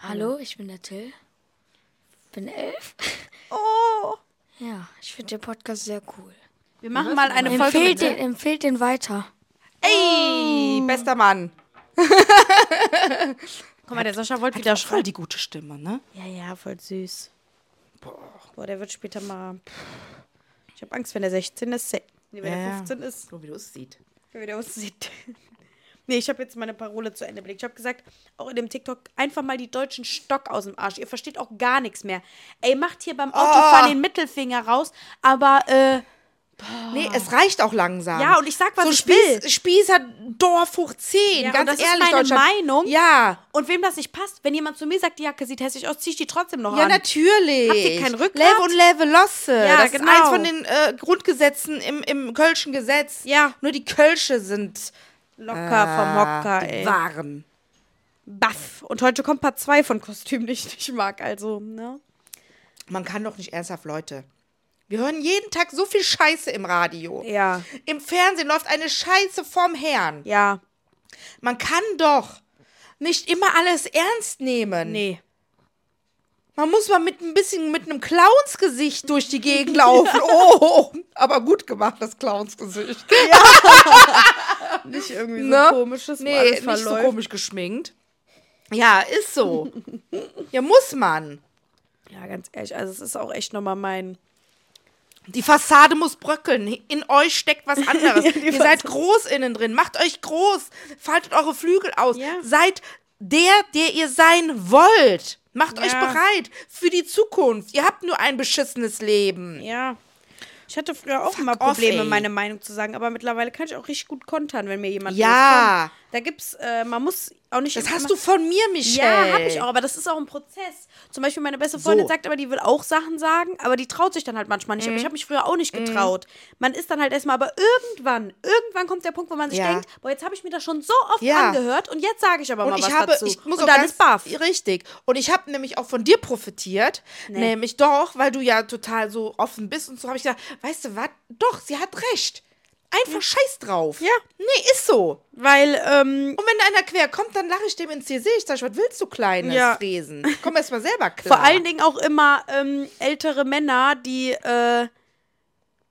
S4: Hallo, ich bin der Till. Bin elf.
S2: Oh,
S4: Ja, ich finde den Podcast sehr cool.
S2: wir machen mal eine Folge. mit-
S4: Empfehlt den, empfehlt den weiter.
S3: Ey, bester Mann.
S2: Guck mal, der Sascha wollte wieder
S3: Der voll
S2: schreiben.
S3: die gute Stimme, ne?
S2: Ja, ja, Ah, voll süß. Boah, der wird später mal. Ich habe Angst, wenn der 16 ist. se- Nee, wenn
S3: Ja,
S2: der
S3: ja.
S2: 15 ist,
S3: So wie du es sieht.
S2: wenn der aussieht. Nee, ich habe jetzt meine Parole zu Ende belegt. Ich habe gesagt, auch in dem TikTok, einfach mal die deutschen Stock aus dem Arsch. Ihr versteht auch gar nichts mehr. Ey, macht hier beim Autofahren den Mittelfinger raus, aber äh,
S3: Nee, es reicht auch langsam.
S2: Ah. Ja, und ich sag, was
S3: so
S2: ich
S3: Spieß,
S2: will.
S3: Spießer Dorf hoch 10.
S2: Ja, und
S3: ganz
S2: das ist
S3: ehrlich,
S2: meine
S3: Deutschland.
S2: Meinung.
S3: Ja,
S2: und wem das nicht passt, wenn jemand zu mir sagt, die Jacke sieht hässlich aus, zieh ich die trotzdem noch
S3: ja,
S2: an.
S3: natürlich.
S2: Habt ihr kein Rückgrat?
S3: Level und Level Losse.
S2: Ja,
S3: das
S2: genau.
S3: ist eins von den äh, Grundgesetzen im, im Kölschen Gesetz.
S2: Ja.
S3: Nur die Kölsche sind Ah,
S2: Locker vom Hocker,
S3: die
S2: ey.
S3: Waren.
S2: Baff. Und heute kommt Part 2 von Kostüm, die ich nicht mag. Also, ne?
S3: Man kann doch nicht ernsthaft, Leute. Wir hören jeden Tag so viel Scheiße im Radio.
S2: Ja.
S3: Im Fernsehen läuft eine Scheiße vom Herrn.
S2: Ja.
S3: Man kann doch nicht immer alles ernst nehmen.
S2: Nee.
S3: Man muss mal mit ein bisschen mit einem Clownsgesicht durch die Gegend laufen. Oh, aber gut gemacht, das Clownsgesicht.
S2: Nicht irgendwie so
S3: Ne?
S2: komisches, nee,
S3: Nee,
S2: alles
S3: nicht so
S2: verläuft.
S3: komisch geschminkt. Ja, ist so. ja, muss man.
S2: ja, ganz ehrlich, also es ist auch echt nochmal mein...
S3: Die Fassade muss bröckeln. In euch steckt was anderes.
S2: Ja, die
S3: Ihr seid groß innen drin. Macht euch groß. Faltet eure Flügel aus.
S2: Ja.
S3: Seid der, der ihr sein wollt. Macht euch
S2: Ja.
S3: bereit für die Zukunft. Ihr habt nur ein beschissenes Leben.
S2: Ja. Ich hatte früher auch immer
S3: off,
S2: Probleme,
S3: ey.
S2: meine Meinung zu sagen, aber mittlerweile kann ich auch richtig gut kontern, wenn mir jemand
S3: Ja.
S2: was kommt. Da gibt's, äh, man muss auch nicht...
S3: Das
S2: immer-
S3: hast du von mir, Michelle.
S2: Ja, habe ich auch, aber das ist auch ein Prozess. Zum Beispiel meine beste Freundin
S3: So.
S2: sagt aber, die will auch Sachen sagen, aber die traut sich dann halt manchmal nicht. Aber
S3: Mhm.
S2: ich habe mich früher auch nicht getraut. Man ist dann halt erstmal, aber irgendwann, irgendwann kommt der Punkt, wo man sich
S3: Ja.
S2: denkt, boah, jetzt habe ich mir das schon so oft
S3: Ja.
S2: angehört und jetzt sage ich aber mal
S3: Und ich
S2: was
S3: habe,
S2: dazu.
S3: ich muss
S2: und
S3: auch
S2: dann
S3: ganz,
S2: ist baff.
S3: Richtig. Und ich habe nämlich auch von dir profitiert. Nämlich doch, weil du ja total so offen bist. Und so habe ich gedacht, weißt du was? Doch, sie hat recht. Einfach scheiß drauf.
S2: Ja.
S3: Nee, ist so.
S2: Weil, ähm,
S3: Und wenn einer quer kommt, dann lache ich dem ins Gesicht. Sag ich, was willst du, kleines
S2: Ja.
S3: Friesen? Komm erst mal selber klar.
S2: vor allen Dingen auch immer ähm, ältere Männer, die äh,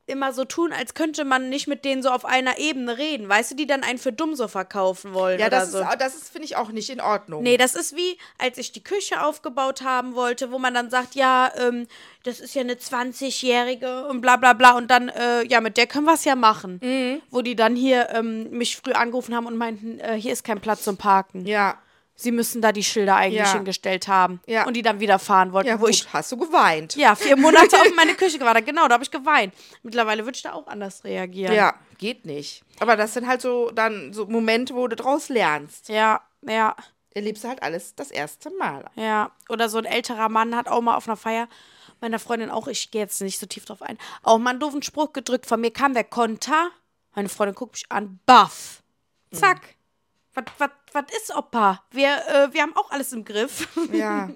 S2: immer so tun, als könnte man nicht mit denen so auf einer Ebene reden. Weißt du, die dann einen für dumm so verkaufen wollen
S3: Ja,
S2: oder
S3: das
S2: so.
S3: ist, au- das ist finde ich, auch nicht in Ordnung.
S2: Nee, das ist wie, als ich die Küche aufgebaut haben wollte, wo man dann sagt, ja, ähm, das ist ja eine 20-Jährige und bla bla bla. Und dann, äh, ja, mit der können wir es ja machen.
S3: Mhm.
S2: Wo die dann hier ähm, mich früh angerufen haben und meinten, äh, hier ist kein Platz zum Parken.
S3: Ja.
S2: Sie müssen da die Schilder eigentlich
S3: Ja.
S2: hingestellt haben.
S3: Ja.
S2: Und die dann wieder fahren wollten.
S3: Ja,
S2: wo
S3: gut,
S2: ich,
S3: hast du geweint.
S2: ja, vier Monate auf meine Küche gewartet. Genau, da habe ich geweint. Mittlerweile würde ich da auch anders reagieren.
S3: ja, geht nicht. Aber das sind halt so dann so Momente, wo du draus lernst.
S2: Ja, ja.
S3: erlebst du halt alles das erste Mal.
S2: Ja, oder so ein älterer Mann hat auch mal auf einer Feier, meiner Freundin auch, ich gehe jetzt nicht so tief drauf ein, auch mal einen doofen Spruch gedrückt. Von mir kam der Konter. Meine Freundin guckt mich an, baff.
S3: Mhm.
S2: Zack. Was, was, was ist Opa? Wir, äh, wir haben auch alles im Griff.
S3: Ja.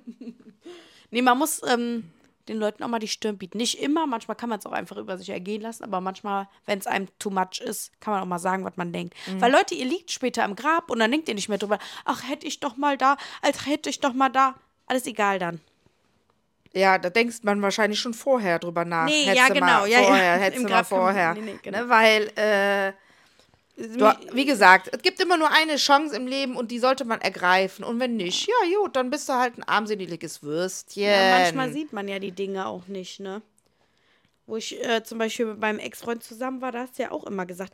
S2: nee, man muss ähm, den Leuten auch mal die Stirn bieten. Nicht immer, manchmal kann man es auch einfach über sich ergehen lassen, aber manchmal, wenn es einem too much ist, kann man auch mal sagen, was man denkt.
S3: Mhm.
S2: Weil Leute, ihr liegt später im Grab und dann denkt ihr nicht mehr drüber, ach, hätte ich doch mal da, als hätte ich doch mal da. Alles egal dann.
S3: Ja, da denkst man wahrscheinlich schon vorher drüber nach.
S2: Nee,
S3: Hättest
S2: ja,
S3: du
S2: genau,
S3: Mal
S2: ja, ja.
S3: vorher, hättest
S2: Im
S3: du mal
S2: Grab kann man-
S3: vorher.
S2: nee, nee, genau.
S3: ne, weil, äh, du, wie gesagt, es gibt immer nur eine Chance im Leben und die sollte man ergreifen. Und wenn nicht, ja, gut, dann bist du halt ein armseliges Würstchen.
S2: Ja, manchmal sieht man ja die Dinge auch nicht, ne? Wo ich äh, zum Beispiel mit meinem Ex-Freund zusammen war, da hast du ja auch immer gesagt,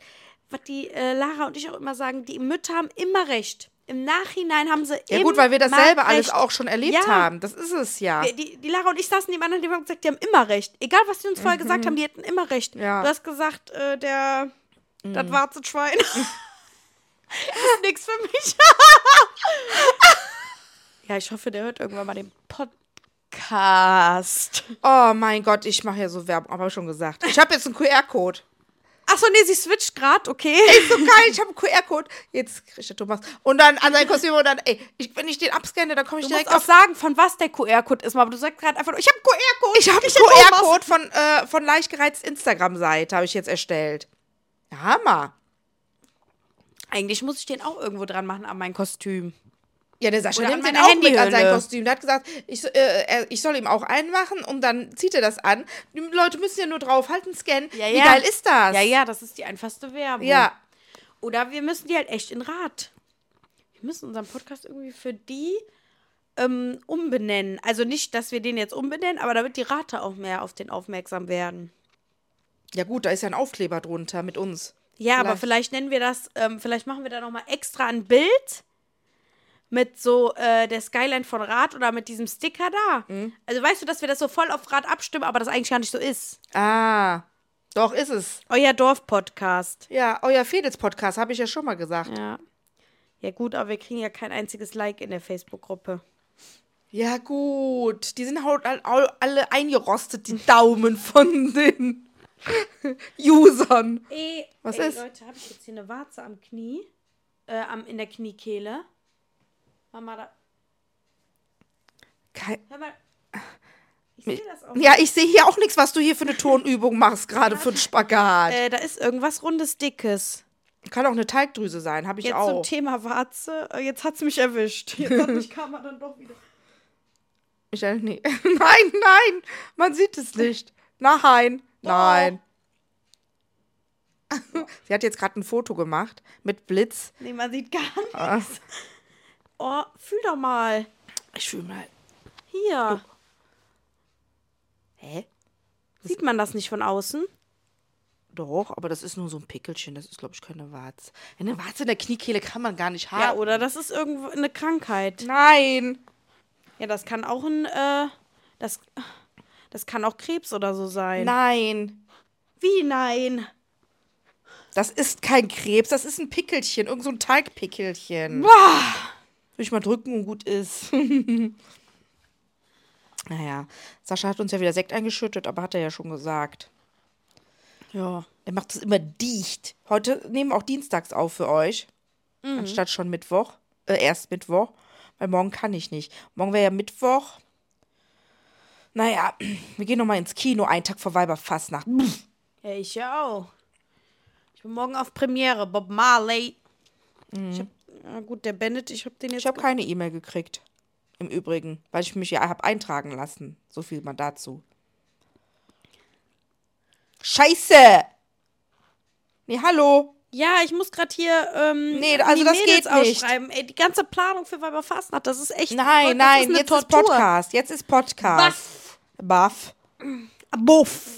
S2: was die äh, Lara und ich auch immer sagen, die Mütter haben immer recht. Im Nachhinein haben sie
S3: ja,
S2: immer
S3: gut, weil wir das selber alles
S2: recht.
S3: auch schon erlebt
S2: Ja.
S3: haben. Das ist es ja.
S2: Wir- Die, die Lara und ich saßen nebeneinander, die haben gesagt, die haben immer recht. Egal, was die uns vorher gesagt haben, die hätten immer recht.
S3: Mhm. Ja. Mhm.
S2: Du hast gesagt, äh, der, das Warzenschwein ist nichts für mich. ja, ich hoffe, der hört irgendwann mal den Podcast. Podcast.
S3: Oh mein Gott, ich mache ja so Werbung, aber schon gesagt. Ich habe jetzt einen QR-Code.
S2: Achso, nee, sie switcht gerade, okay.
S3: So geil, ich habe einen QR-Code. Jetzt kriegt der Thomas. Und dann an sein Kostüm und dann, ey, ich, wenn ich den abscanne, dann komme ich
S2: Du musst
S3: direkt
S2: auch
S3: auf.
S2: sagen, von was der QR-Code ist, aber du sagst gerade einfach, nur, ich habe einen QR-Code.
S3: Ich habe einen
S2: den
S3: QR-Code von, äh, von leicht gereizt Instagram-Seite, habe ich jetzt erstellt. Ja, Hammer.
S2: Eigentlich muss ich den auch irgendwo dran machen an mein Kostüm.
S3: Ja, der Sascha
S2: Oder
S3: nimmt
S2: an
S3: den
S2: meine
S3: auch mit an sein
S2: Handyhülle.
S3: Kostüm. Der hat gesagt, ich, so- äh, er- ich soll ihm auch einen machen und dann zieht er das an. Die Leute müssen ja nur draufhalten, scannen. Wie geil ist das?
S2: Ja, ja, das ist die einfachste Werbung.
S3: Ja,
S2: Oder wir müssen die halt echt in Rat. Wir müssen unseren Podcast irgendwie für die ähm, umbenennen. Also nicht, dass wir den jetzt umbenennen, aber damit die Rate auch mehr auf den aufmerksam werden.
S3: Ja, gut, da ist ja ein Aufkleber drunter mit uns.
S2: Ja, aber
S3: Vielleicht.
S2: vielleicht nennen wir das, ähm, vielleicht machen wir da nochmal extra ein Bild mit so äh, der Skyline von Rad oder mit diesem Sticker da.
S3: Mhm.
S2: Also weißt du, dass wir das so voll auf Rad abstimmen, aber das eigentlich gar nicht so ist.
S3: Ah, doch ist es.
S2: Euer Dorf-Podcast.
S3: Ja, euer Fedels-Podcast habe ich ja schon mal gesagt.
S2: Ja. Ja, gut, aber wir kriegen ja kein einziges Like in der Facebook-Gruppe.
S3: Ja, gut. Die sind halt all- all- alle eingerostet, die Daumen von den Usern.
S2: Ey,
S3: Was
S2: ey,
S3: ist?
S2: Leute, habe ich jetzt hier eine Warze am Knie? Äh, am, in der Kniekehle. Mama, da.
S3: Kein-
S2: Hör mal. Ich sehe das auch.
S3: Ja, ich sehe hier auch nichts, was du hier für eine Turnübung machst, gerade für einen Spagat.
S2: Äh, da ist irgendwas rundes, dickes.
S3: Kann auch eine Teigdrüse sein, habe ich
S2: Äh, Jetzt zum
S3: auch.
S2: Thema Warze. Äh, Jetzt hat's mich erwischt. Jetzt hat mich Karma dann doch wieder.
S3: Ich, äh, nee. nein, nein, man sieht es nicht. Nein, nein. Sie hat jetzt gerade ein Foto gemacht mit Blitz. Ah.
S2: Nee, man sieht gar nichts. Oh, fühl doch mal.
S3: Ich fühle mal.
S2: Hier.
S3: Hä?
S2: Sieht man das nicht von außen?
S3: Doch, aber das ist nur so ein Pickelchen. Das ist, glaube ich, keine Warze. Eine Warze in der Kniekehle kann man gar nicht haben.
S2: Ja, oder das ist irgendwo eine Krankheit.
S3: Nein.
S2: Ja, das kann auch ein, äh, das, das kann auch Krebs oder so sein.
S3: Nein.
S2: Wie nein?
S3: Das ist kein Krebs, das ist ein Pickelchen. Irgend so ein Teigpickelchen. Will ich mal drücken und gut ist. naja, Sascha hat uns ja wieder Sekt eingeschüttet, aber hat er ja schon gesagt.
S2: Ja.
S3: Er macht das immer dicht. Heute nehmen wir auch dienstags auf für euch. Anstatt schon Mittwoch. Äh, erst Mittwoch. Weil morgen kann ich nicht. Morgen wäre ja Mittwoch. Naja, wir gehen nochmal ins Kino, einen Tag vor Weiberfassnacht.
S2: Ja, ich ja auch. Ich bin morgen auf Premiere, Bob Marley. Ich hab, na gut, der Bennett, ich hab den jetzt.
S3: Ich habe keine E-Mail gekriegt. Im Übrigen, weil ich mich ja habe eintragen lassen. So viel mal dazu. Scheiße! Nee, hallo!
S2: ja, ich muss gerade hier. Ähm,
S3: Nee, also
S2: die
S3: das
S2: Mädels
S3: geht nicht.
S2: ausschreiben. Ey, die ganze Planung für Weiber Fastnacht, das ist echt.
S3: Nein,
S2: Leute, das
S3: nein,
S2: eine
S3: jetzt ist
S2: Tortur.
S3: Podcast. Jetzt ist Podcast.
S2: Buff.
S3: Buff.
S2: Buff.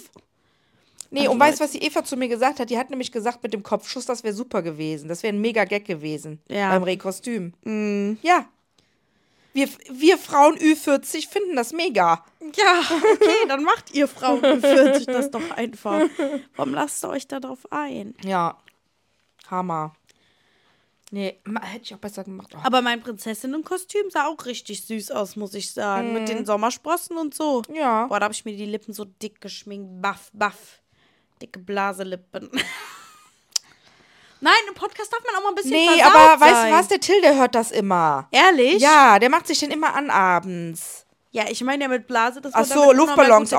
S3: Nee, und weißt du, was die Eva zu mir gesagt hat? Die hat nämlich gesagt, mit dem Kopfschuss, das wäre super gewesen. Das wäre ein mega Gag gewesen.
S2: Ja. Mhm.
S3: Beim Rekostüm. Ja. Wir, wir Frauen Ü40 finden das mega.
S2: Ja, okay, dann macht ihr Frauen 40 das doch einfach. Warum lasst ihr euch da drauf ein?
S3: Ja. Hammer. Nee, ma- hätte ich auch besser gemacht. Oh.
S2: Aber mein Prinzessinnenkostüm sah auch richtig süß aus, muss ich sagen. Mit den Sommersprossen und so.
S3: Mhm. Ja.
S2: Boah, da habe ich mir die Lippen so dick geschminkt. Baff, baff. Dicke Blaselippen. Nein, im Podcast darf man auch mal ein bisschen
S3: Nee,
S2: versaut
S3: aber weißt
S2: sein.
S3: du was? Der Till, der hört das immer.
S2: Ehrlich?
S3: Ja, der macht sich den immer an abends.
S2: Ja, ich meine ja mit Blase, dass
S3: Ach
S2: man
S3: so,
S2: damit auch noch mal
S3: Luftballons
S2: gute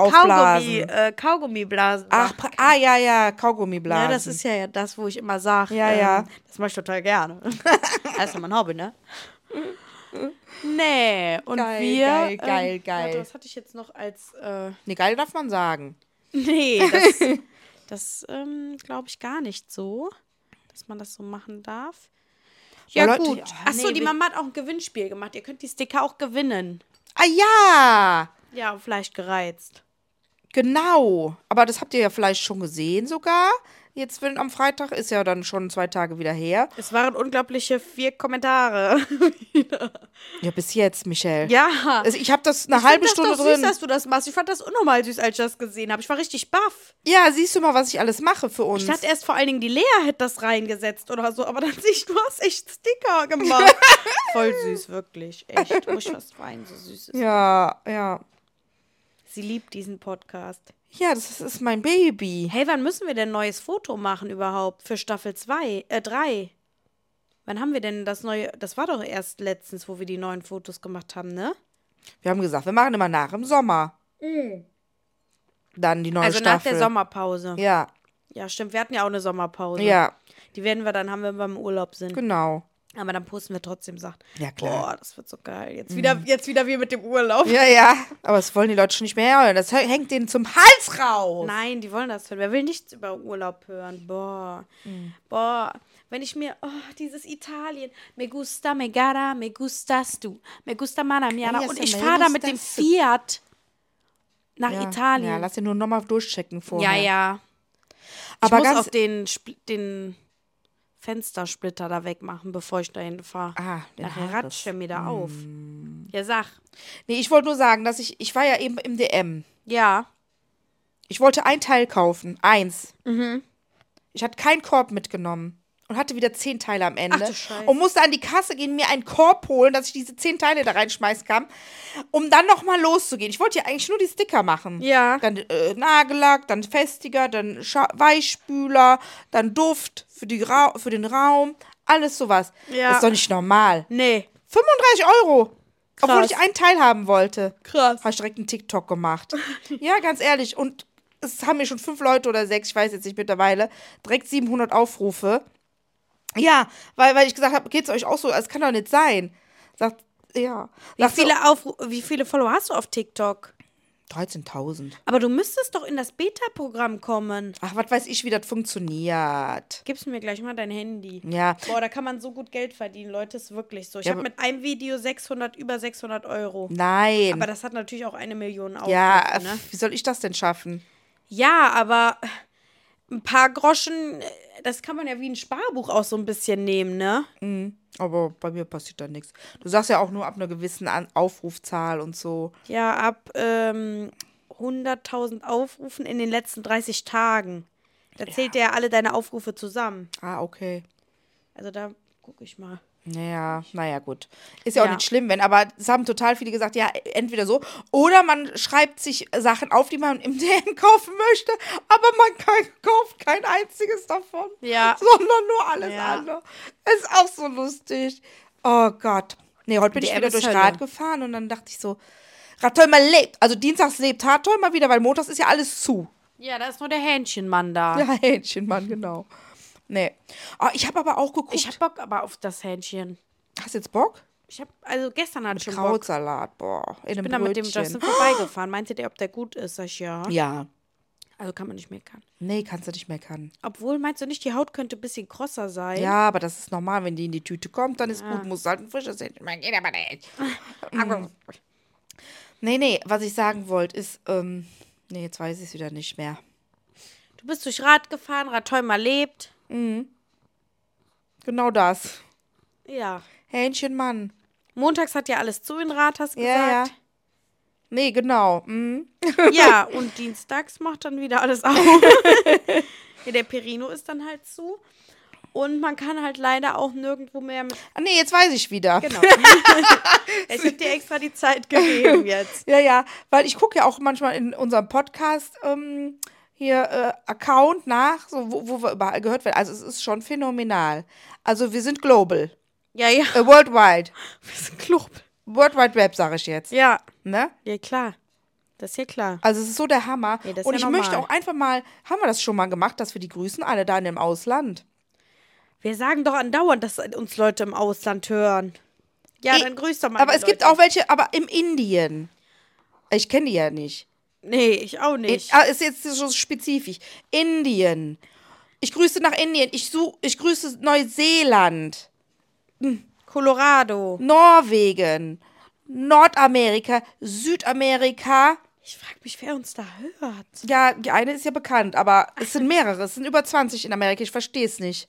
S2: Kaugummi,
S3: aufblasen.
S2: äh, Kaugummiblasen.
S3: Ach,
S2: macht.
S3: pra- ah, ja, ja, Kaugummiblasen.
S2: ja, das ist ja das, wo ich immer sage.
S3: Ja, ja.
S2: Das mache ich total gerne. das ist ja mein Hobby, ne? Nee, und
S3: Geil,
S2: wir. ähm,
S3: geil, geil, geil.
S2: Warte, was hatte ich jetzt noch als. Äh,
S3: Nee, geil darf man sagen.
S2: Nee, das, das ähm, glaube ich gar nicht so, dass man das so machen darf. Ja,
S3: Oh, Leute,
S2: gut.
S3: ja,
S2: Achso,
S3: nee,
S2: die
S3: wir-
S2: Mama hat auch ein Gewinnspiel gemacht. Ihr könnt die Sticker auch gewinnen.
S3: Ah ja,
S2: Ja, vielleicht gereizt.
S3: genau. Aber das habt ihr ja vielleicht schon gesehen sogar. Jetzt wenn am Freitag ist ja dann schon zwei Tage wieder her.
S2: Es waren unglaubliche vier Kommentare.
S3: Ja, bis jetzt, Michelle.
S2: ja.
S3: Also ich habe das eine halbe
S2: ich find
S3: Stunde
S2: das doch
S3: drin.
S2: Süß, dass du das machst. Ich fand das unnormal süß, als ich das gesehen habe. Ich war richtig baff.
S3: ja, siehst du mal, was ich alles mache für uns.
S2: Ich dachte erst vor allen Dingen, die Lea hätte das reingesetzt oder so, aber dann sehe ich, du hast echt Sticker gemacht. Voll süß, wirklich. Echt. Muss ich was rein, so süß ist.
S3: ja, ja.
S2: Sie liebt diesen Podcast.
S3: Ja, das ist mein Baby.
S2: Hey, wann müssen wir denn ein neues Foto machen überhaupt für Staffel 2, äh 3? Wann haben wir denn das neue, das war doch erst letztens, wo wir die neuen Fotos gemacht haben, ne?
S3: Wir haben gesagt, wir machen immer nach im Sommer. Dann die neue
S2: Mm. Also
S3: Staffel.
S2: nach der Sommerpause. Ja.
S3: Ja,
S2: stimmt, wir hatten ja auch eine Sommerpause.
S3: ja,
S2: Die werden wir dann haben, wenn wir im Urlaub sind.
S3: genau.
S2: Aber dann posten wir trotzdem Sachen.
S3: Ja, klar. Mhm.
S2: Boah, das wird so geil. Jetzt wieder, jetzt wieder wir mit dem Urlaub.
S3: Ja, ja. Aber das wollen die Leute schon nicht mehr hören. Das hängt denen zum Hals raus.
S2: Nein, die wollen das hören. Wer will nichts über Urlaub hören? Boah.
S3: Mhm.
S2: Boah. Wenn ich mir, oh, dieses Italien. Me gusta, me gara, me gustas du. Me gusta, mana, miana.
S3: Yes,
S2: Und ich
S3: me
S2: fahre da mit dem
S3: gustas du.
S2: Fiat nach
S3: ja. Ja,
S2: Italien.
S3: lass den nur nochmal durchchecken
S2: Ja,
S3: vorher.
S2: ja. Ich
S3: Aber
S2: muss
S3: ganz.
S2: auch den, Spl- den Fenstersplitter da wegmachen, bevor ich dahin fahre.
S3: ah, den Hm.
S2: Nachher
S3: Haares.
S2: ratscht er mir da auf. Ja, sag.
S3: Nee, ich wollte nur sagen, dass ich. Ich war ja eben im DM.
S2: Ja.
S3: Ich wollte ein Teil kaufen. Eins.
S2: Mhm.
S3: Ich hatte keinen Korb mitgenommen. Und hatte wieder zehn Teile am Ende.
S2: Ach du Scheiße.
S3: und musste an die Kasse gehen, mir einen Korb holen, dass ich diese zehn Teile da reinschmeißen kann. Um dann nochmal loszugehen. Ich wollte ja eigentlich nur die Sticker machen.
S2: Ja.
S3: Dann äh, Nagellack, dann Festiger, dann Scha Weichspüler, dann Duft für, die Ra für den Raum. Alles sowas.
S2: Ja.
S3: Das ist doch nicht normal.
S2: Nee.
S3: 35 Euro. Obwohl
S2: Krass.
S3: ich einen Teil haben wollte.
S2: Krass.
S3: Habe ich direkt einen TikTok gemacht. ja, ganz ehrlich. Und es haben mir schon fünf Leute oder sechs, ich weiß jetzt nicht mittlerweile, direkt 700 Aufrufe. Ja, weil, weil ich gesagt habe, geht's euch auch so? Das kann doch nicht sein. Sagt, ja.
S2: Wie
S3: Sagt so,
S2: viele, Aufru wie viele Follower hast du auf TikTok?
S3: 13.000.
S2: Aber du müsstest doch in das Beta-Programm kommen.
S3: Ach, was weiß ich, wie das funktioniert.
S2: Gibst mir gleich mal dein Handy.
S3: Ja.
S2: Boah, da kann man so gut Geld verdienen, Leute, ist wirklich so. Ich
S3: Ja,
S2: habe
S3: aber-
S2: mit einem Video 600, über 600 Euro.
S3: Nein.
S2: Aber das hat natürlich auch eine Million Aufrufe,
S3: ja,
S2: ne?
S3: wie soll ich das denn schaffen?
S2: Ja, aber ein paar Groschen, äh, das kann man ja wie ein Sparbuch auch so ein bisschen nehmen, ne?
S3: Aber bei mir passiert da nichts. Du sagst ja auch nur ab einer gewissen An Aufrufzahl und so.
S2: Ja, ab ähm, 100.000 Aufrufen in den letzten 30 Tagen. Da zählt ja alle deine Aufrufe zusammen.
S3: Ah, okay.
S2: Also da gucke ich mal.
S3: Naja, naja, gut. Ist ja, auch
S2: Ja.
S3: nicht schlimm, wenn, aber es haben total viele gesagt, ja, entweder so, oder man schreibt sich Sachen auf, die man im DM kaufen möchte, aber man kann, kauft kein einziges davon.
S2: Ja.
S3: Sondern nur alles
S2: Ja.
S3: andere. Ist auch so lustig. Oh Gott. Nee, heute bin ich
S2: DM
S3: wieder
S2: ist
S3: durch
S2: Hölle.
S3: Rad gefahren und dann dachte ich so, Radtoll mal lebt. Also dienstags lebt Radtoll mal wieder, weil montags ist ja alles zu.
S2: Ja, da ist nur der Hähnchenmann da.
S3: Ja, Hähnchenmann, genau. Nee. Oh, ich habe aber auch geguckt.
S2: Ich hab Bock aber auf das Hähnchen.
S3: Hast du jetzt Bock?
S2: Ich hab, also gestern hatte ich schon Bock.
S3: Krautsalat, boah. In
S2: Ich
S3: einem
S2: bin da mit dem
S3: Brötchen.
S2: Justin vorbeigefahren. Meinte der, ob der gut ist? Sag ich ja.
S3: Ja.
S2: Also kann man nicht meckern.
S3: Nee, kannst du nicht meckern.
S2: Obwohl, meinst du nicht, die Haut könnte ein bisschen krosser sein?
S3: Ja, aber das ist normal. Wenn die in die Tüte kommt, dann ist gut. Muss halt ein frisches Hähnchen. Man geht aber nicht. nee, nee, was ich sagen wollte, ist, ähm, nee, jetzt weiß ich es wieder nicht mehr.
S2: Du bist durch Rad gefahren, Rathäumer lebt.
S3: Genau das.
S2: Ja.
S3: Hähnchenmann.
S2: Montags hat ja alles zu in Rad, hast
S3: Ja, ja.
S2: gesagt.
S3: Nee, genau. Mhm.
S2: Ja, ja. und dienstags macht dann wieder alles auf. ja, der Perino ist dann halt zu. Und man kann halt leider auch nirgendwo mehr mit.
S3: Ah, nee, jetzt weiß ich wieder.
S2: Genau. ich habe dir extra die Zeit gegeben jetzt.
S3: Ja, ja, weil ich gucke ja auch manchmal in unserem Podcast ähm, hier äh, Account nach, so, wo, wo wir überall gehört werden. Also es ist schon phänomenal. Also wir sind global,
S2: Ja, ja.
S3: äh, worldwide,
S2: Das ist ein Club.
S3: World Wide Web sage ich jetzt.
S2: Ja.
S3: Ne?
S2: Ja, klar. Das ist ja klar.
S3: Also es ist so der Hammer.
S2: Nee, das ist
S3: Und
S2: ja
S3: ich
S2: normal.
S3: möchte auch einfach mal, haben wir das schon mal gemacht, dass wir die grüßen, alle da in dem Ausland.
S2: Wir sagen doch andauernd, dass uns Leute im Ausland hören. Ja,
S3: Ich-
S2: dann grüß doch mal.
S3: Aber
S2: die
S3: es gibt
S2: Leute.
S3: auch welche, aber im Indien. Ich kenne die ja nicht.
S2: Nee, ich auch nicht.
S3: ah, ist jetzt so spezifisch. Indien. Ich grüße nach Indien. Ich, such, ich grüße Neuseeland.
S2: Colorado.
S3: Norwegen, Nordamerika, Südamerika.
S2: Ich frage mich, wer uns da hört.
S3: Ja, die eine ist ja bekannt, aber es sind mehrere. Es sind über 20 in Amerika. Ich verstehe es nicht.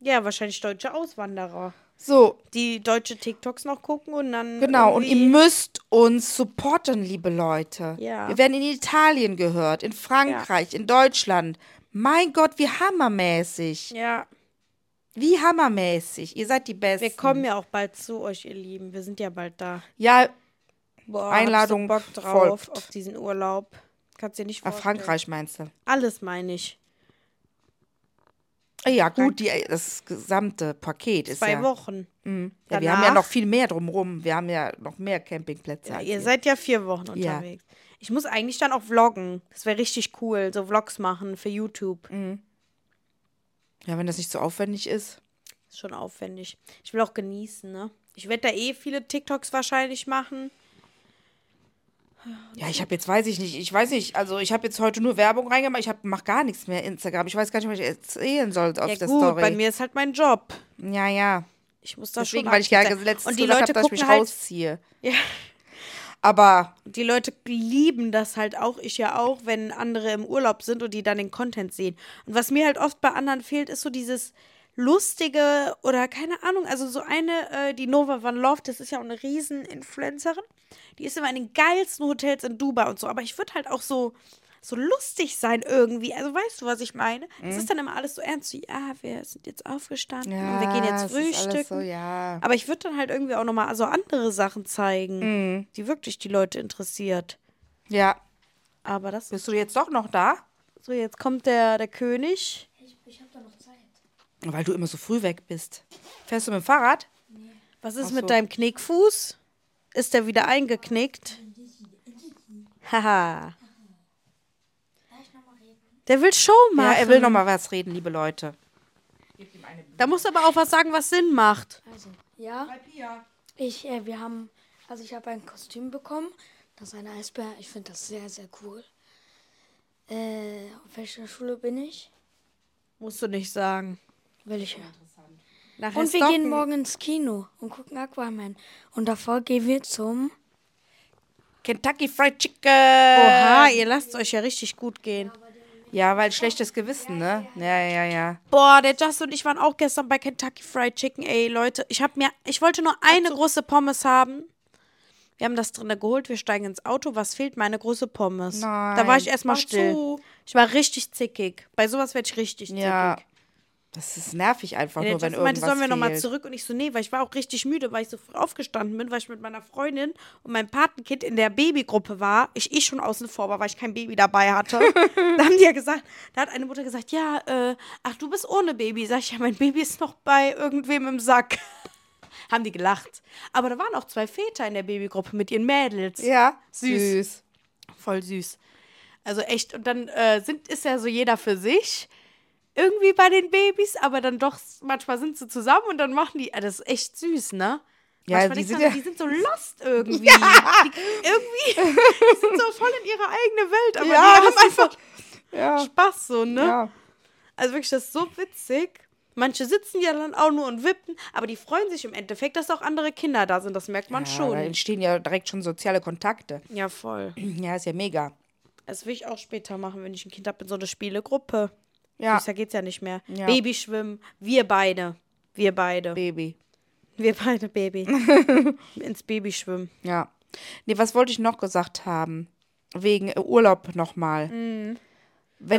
S2: Ja, wahrscheinlich deutsche Auswanderer.
S3: So,
S2: Die deutsche TikToks noch gucken und dann.
S3: genau. Und ihr
S2: irgendwie-
S3: müsst uns supporten, liebe Leute.
S2: Ja.
S3: Wir werden in Italien gehört, in Frankreich, in Deutschland. Mein Gott, wie hammermäßig.
S2: Ja,
S3: Wie hammermäßig. Ihr seid die Besten.
S2: wir kommen ja auch bald zu euch, ihr Lieben. Wir sind ja bald da.
S3: Ja,
S2: Boah,
S3: Einladung
S2: hab so Bock drauf
S3: folgt.
S2: auf diesen Urlaub. Kannst dir nicht
S3: Nach
S2: vorstellen.
S3: Frankreich meinst du?
S2: Alles meine ich.
S3: Ja, gut, die, das gesamte Paket ist
S2: Zwei
S3: ja.
S2: Wochen.
S3: Ja, wir haben ja
S2: Danach-
S3: noch viel mehr drumherum. Wir haben ja noch mehr Campingplätze.
S2: Ja,
S3: als
S2: ihr
S3: ihr.
S2: seid ja vier Wochen
S3: Ja.
S2: unterwegs. Ich muss eigentlich dann auch vloggen. Das wäre richtig cool. So Vlogs machen für YouTube.
S3: Mhm. ja, wenn das nicht so aufwendig ist.
S2: Ist schon aufwendig. Ich will auch genießen, ne? Ich werde da eh viele TikToks wahrscheinlich machen.
S3: Ja, ich habe jetzt, weiß ich nicht, ich weiß nicht, also ich habe jetzt heute nur Werbung reingemacht, ich hab, mach gar nichts mehr Instagram. Ich weiß gar nicht, was ich erzählen soll auf
S2: ja
S3: der
S2: gut,
S3: Story.
S2: bei mir ist halt mein Job.
S3: ja, ja.
S2: Ich muss da
S3: Deswegen,
S2: schon
S3: weil ich ja
S2: aktiv sein.
S3: letztens
S2: Und die
S3: gesagt
S2: Leute
S3: hab, dass ich mich
S2: gucken halt,
S3: rausziehe.
S2: Ja.
S3: Aber
S2: Die Leute lieben das halt auch, ich ja auch, wenn andere im Urlaub sind und die dann den Content sehen. Und was mir halt oft bei anderen fehlt, ist so dieses lustige oder keine Ahnung, also so eine, äh, die Nova Van Love, das ist ja auch eine Riesen-Influencerin, die ist immer in den geilsten Hotels in Dubai und so, aber ich würde halt auch so so lustig sein irgendwie, also weißt du, was ich meine?
S3: Mhm.
S2: Es ist dann immer alles so ernst, so, ja, wir sind jetzt aufgestanden
S3: ja,
S2: und wir gehen jetzt
S3: es ist alles
S2: frühstücken.
S3: So, ja.
S2: Aber ich würde dann halt irgendwie auch nochmal so andere Sachen zeigen,
S3: Mhm.
S2: die wirklich die Leute interessiert.
S3: ja,
S2: Aber das ist
S3: bist du jetzt doch noch da?
S2: so, jetzt kommt der, der König.
S4: Ich, ich habe da noch Zeit.
S3: Weil du immer so früh weg bist. Fährst du mit dem Fahrrad?
S2: Was ist
S3: Ach so.
S2: mit deinem Knickfuß? Ist der wieder eingeknickt? Haha. Der will Show
S3: Ja,
S2: machen.
S3: er will noch mal was reden, liebe Leute.
S2: Da muss aber auch was sagen, was Sinn macht.
S4: Also, ja, ich, äh, wir haben, also ich habe ein Kostüm bekommen. Das ist ein Eisbär. Ich finde das sehr, sehr cool. Äh, auf welcher Schule bin ich?
S2: Musst du nicht sagen.
S4: Welche?
S2: Nachher
S4: Und wir
S2: stalken.
S4: gehen morgen ins Kino und gucken Aquaman. Und davor gehen wir zum.
S3: Kentucky Fried Chicken.
S2: Oha, ihr lasst euch ja richtig gut gehen.
S3: Ja, weil schlechtes Gewissen, ne? Ja, ja, ja.
S2: Boah, der Justin und ich waren auch gestern bei Kentucky Fried Chicken. Ey, Leute, ich hab mir, ich wollte nur eine große Pommes haben. Wir haben das drinnen geholt, wir steigen ins Auto. Was fehlt? Meine große Pommes.
S3: Nein.
S2: Da war ich erstmal
S3: Mach
S2: still.
S3: zu.
S2: Ich war richtig zickig. Bei sowas werd ich richtig zickig.
S3: Ja. Das ist nervig einfach
S2: Ja,
S3: nur,
S2: der Justin
S3: wenn irgendwas
S2: meinte, sollen wir nochmal
S3: fehlt.
S2: zurück? Und ich so, nee, weil ich war auch richtig müde, weil ich so früh aufgestanden bin, weil ich mit meiner Freundin und meinem Patenkind in der Babygruppe war. Ich eh schon außen vor war, weil ich kein Baby dabei hatte. da haben die ja gesagt, da hat eine Mutter gesagt, ja, äh, ach, du bist ohne Baby. Sag ich, ja, mein Baby ist noch bei irgendwem im Sack. haben die gelacht. Aber da waren auch zwei Väter in der Babygruppe mit ihren Mädels.
S3: Ja,
S2: Süß.
S3: süß.
S2: Voll süß. Also echt, und dann äh, sind, ist ja so jeder für sich irgendwie bei den Babys, aber dann doch, s- manchmal sind sie zusammen und dann machen die, ah, das ist echt süß, ne?
S3: Ja,
S2: Manchmal
S3: die
S2: denkst
S3: sind
S2: du,
S3: ja-
S2: die sind so lost irgendwie. Die, irgendwie, die sind so voll in ihre eigene Welt, aber
S3: Ja,
S2: die
S3: das
S2: haben einfach
S3: Ja.
S2: Spaß so, ne?
S3: ja.
S2: Also wirklich, das ist so witzig. Manche sitzen ja dann auch nur und wippen, aber die freuen sich im Endeffekt, dass auch andere Kinder da sind. Das merkt man
S3: Da
S2: schon.
S3: entstehen ja direkt schon soziale Kontakte.
S2: Ja, voll.
S3: Ja, ist ja mega.
S2: Das will ich auch später machen, wenn ich ein Kind habe, in so eine Spielegruppe.
S3: Ja,
S2: Süßer geht's ja nicht mehr.
S3: Ja.
S2: Babyschwimmen, wir beide. Wir beide.
S3: Baby.
S2: wir beide, Baby. Ins Babyschwimmen.
S3: Ja. Nee, was wollte ich noch gesagt haben? Wegen äh, Urlaub nochmal. Wenn,
S2: Mhm.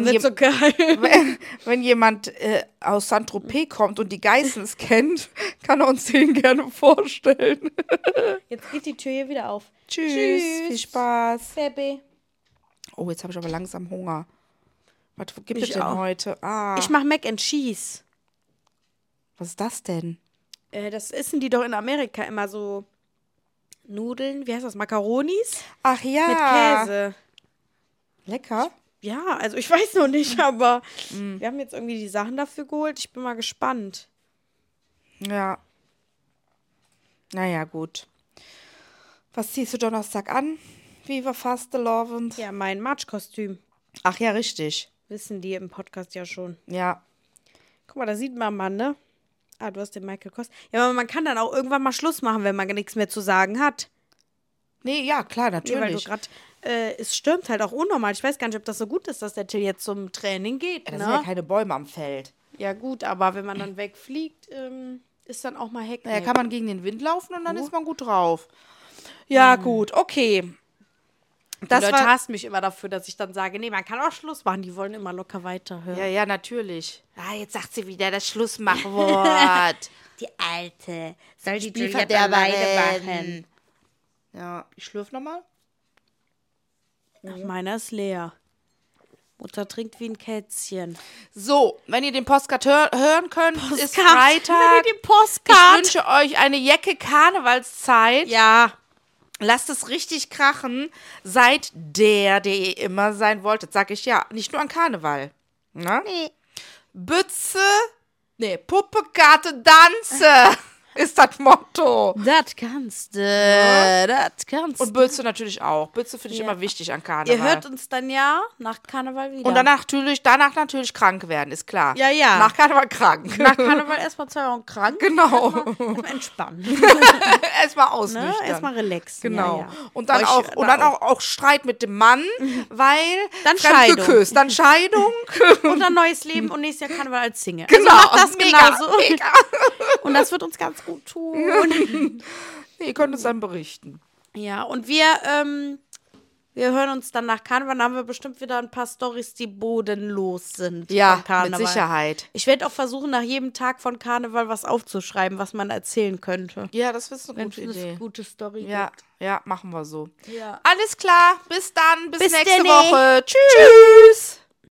S2: Wird
S3: je,
S2: so geil.
S3: wenn, wenn jemand äh, aus Saint-Tropez kommt und die Geißens kennt, kann er uns den gerne vorstellen.
S2: Jetzt geht die Tür hier wieder auf.
S3: Tschüss, viel Spaß.
S2: Baby.
S3: Oh, jetzt habe ich aber langsam Hunger. Was gibt
S2: Ich
S3: es denn
S2: auch.
S3: heute? Ah,
S2: Ich mach Mac and Cheese.
S3: was ist das denn?
S2: Äh, das essen die doch in Amerika immer so Nudeln, wie heißt das, Macaronis
S3: Ach ja.
S2: mit
S3: Ah.
S2: Käse.
S3: Lecker.
S2: Ja, also ich weiß noch nicht, aber
S3: Mm.
S2: wir haben jetzt irgendwie die Sachen dafür geholt. Ich bin mal gespannt.
S3: Ja. Naja, gut. Was ziehst du Donnerstag an? Viva Faste Lovend.
S2: Ja, mein March-Kostüm.
S3: Ach ja, richtig.
S2: Wissen die im Podcast ja schon.
S3: Ja.
S2: Guck mal, da sieht man mal, ne? Ah, du hast den Michael Kost. Ja, aber man kann dann auch irgendwann mal Schluss machen, wenn man nichts mehr zu sagen hat.
S3: Nee, ja, klar,
S2: Nee, weil du
S3: natürlich.
S2: gerade, äh, es stürmt halt auch unnormal. Ich weiß gar nicht, ob das so gut ist, dass der Till jetzt zum Training geht.
S3: da
S2: Ja,
S3: sind ja
S2: ne?
S3: keine Bäume am Feld.
S2: ja gut, aber wenn man dann wegfliegt, ähm, ist dann auch mal Heck.
S3: Naja, kann man gegen den Wind laufen und dann ist man gut drauf. Ja, gut, okay.
S2: das
S3: Das
S2: die Leute
S3: war-
S2: hasst mich immer dafür, dass ich dann sage, nee, man kann auch Schluss machen. Die wollen immer locker weiterhören.
S3: Ja, ja, natürlich. Ah, jetzt sagt sie wieder das Schlussmachwort.
S5: Die alte soll die Julia
S3: Spielverderberin.
S5: Beweide machen.
S3: Ja, ich schlürf nochmal.
S2: Ach, meiner ist leer. Mutter trinkt wie ein Kätzchen.
S3: So, wenn ihr den Postcard hör hören könnt, ist Freitag.
S2: Die
S3: Ich
S2: Postkarte.
S3: wünsche euch eine Jacke Karnevalszeit.
S2: Ja.
S3: Lasst es richtig krachen. Seid der, der ihr immer sein wolltet, sag ich ja. Nicht nur an Karneval. Na? Nee. Bütze, nee, Puppekarte, Danze ist das Motto.
S2: Das kannst du. Das kannst
S3: Und
S2: du.
S3: Bütze natürlich auch. Bütze finde ich immer wichtig an Karneval.
S2: Ihr hört uns dann ja nach Karneval wieder.
S3: Und danach natürlich, danach natürlich krank werden, ist klar.
S2: Ja, ja.
S3: Nach Karneval krank.
S2: nach Karneval erstmal zwei Wochen krank.
S3: genau.
S2: Erstmal entspannen.
S3: Erstmal ausnüchtern.
S2: Ne? Erstmal relaxen. Ja,
S3: Genau.
S2: ja.
S3: Und dann,
S2: Euch
S3: auch, und dann auch, auch Streit mit dem Mann, weil
S2: Dann
S3: fremd
S2: Scheidung.
S3: geküsst, dann Scheidung.
S2: Und dann neues Leben und nächstes Jahr Karneval als Single.
S3: genau,
S2: Also macht das
S3: mega,
S2: genauso.
S3: Mega.
S2: Und das wird uns ganz gut tun.
S3: Nee, Ihr könnt uns dann berichten.
S2: Ja, und wir, ähm, wir hören uns dann nach Karneval. Dann haben wir bestimmt wieder ein paar Stories, die bodenlos sind. von
S3: Ja, mit
S2: Karneval.
S3: Sicherheit.
S2: Ich werde auch versuchen, nach jedem Tag von Karneval was aufzuschreiben, was man erzählen könnte.
S3: Ja, das ist eine
S2: Wenn
S3: gute
S2: es
S3: Idee.
S2: eine gute Story
S3: Ja,
S2: gibt.
S3: ja, machen wir so.
S2: Ja.
S3: Alles klar, bis dann, bis,
S2: Bis
S3: nächste
S2: denne.
S3: Woche. Tschüss.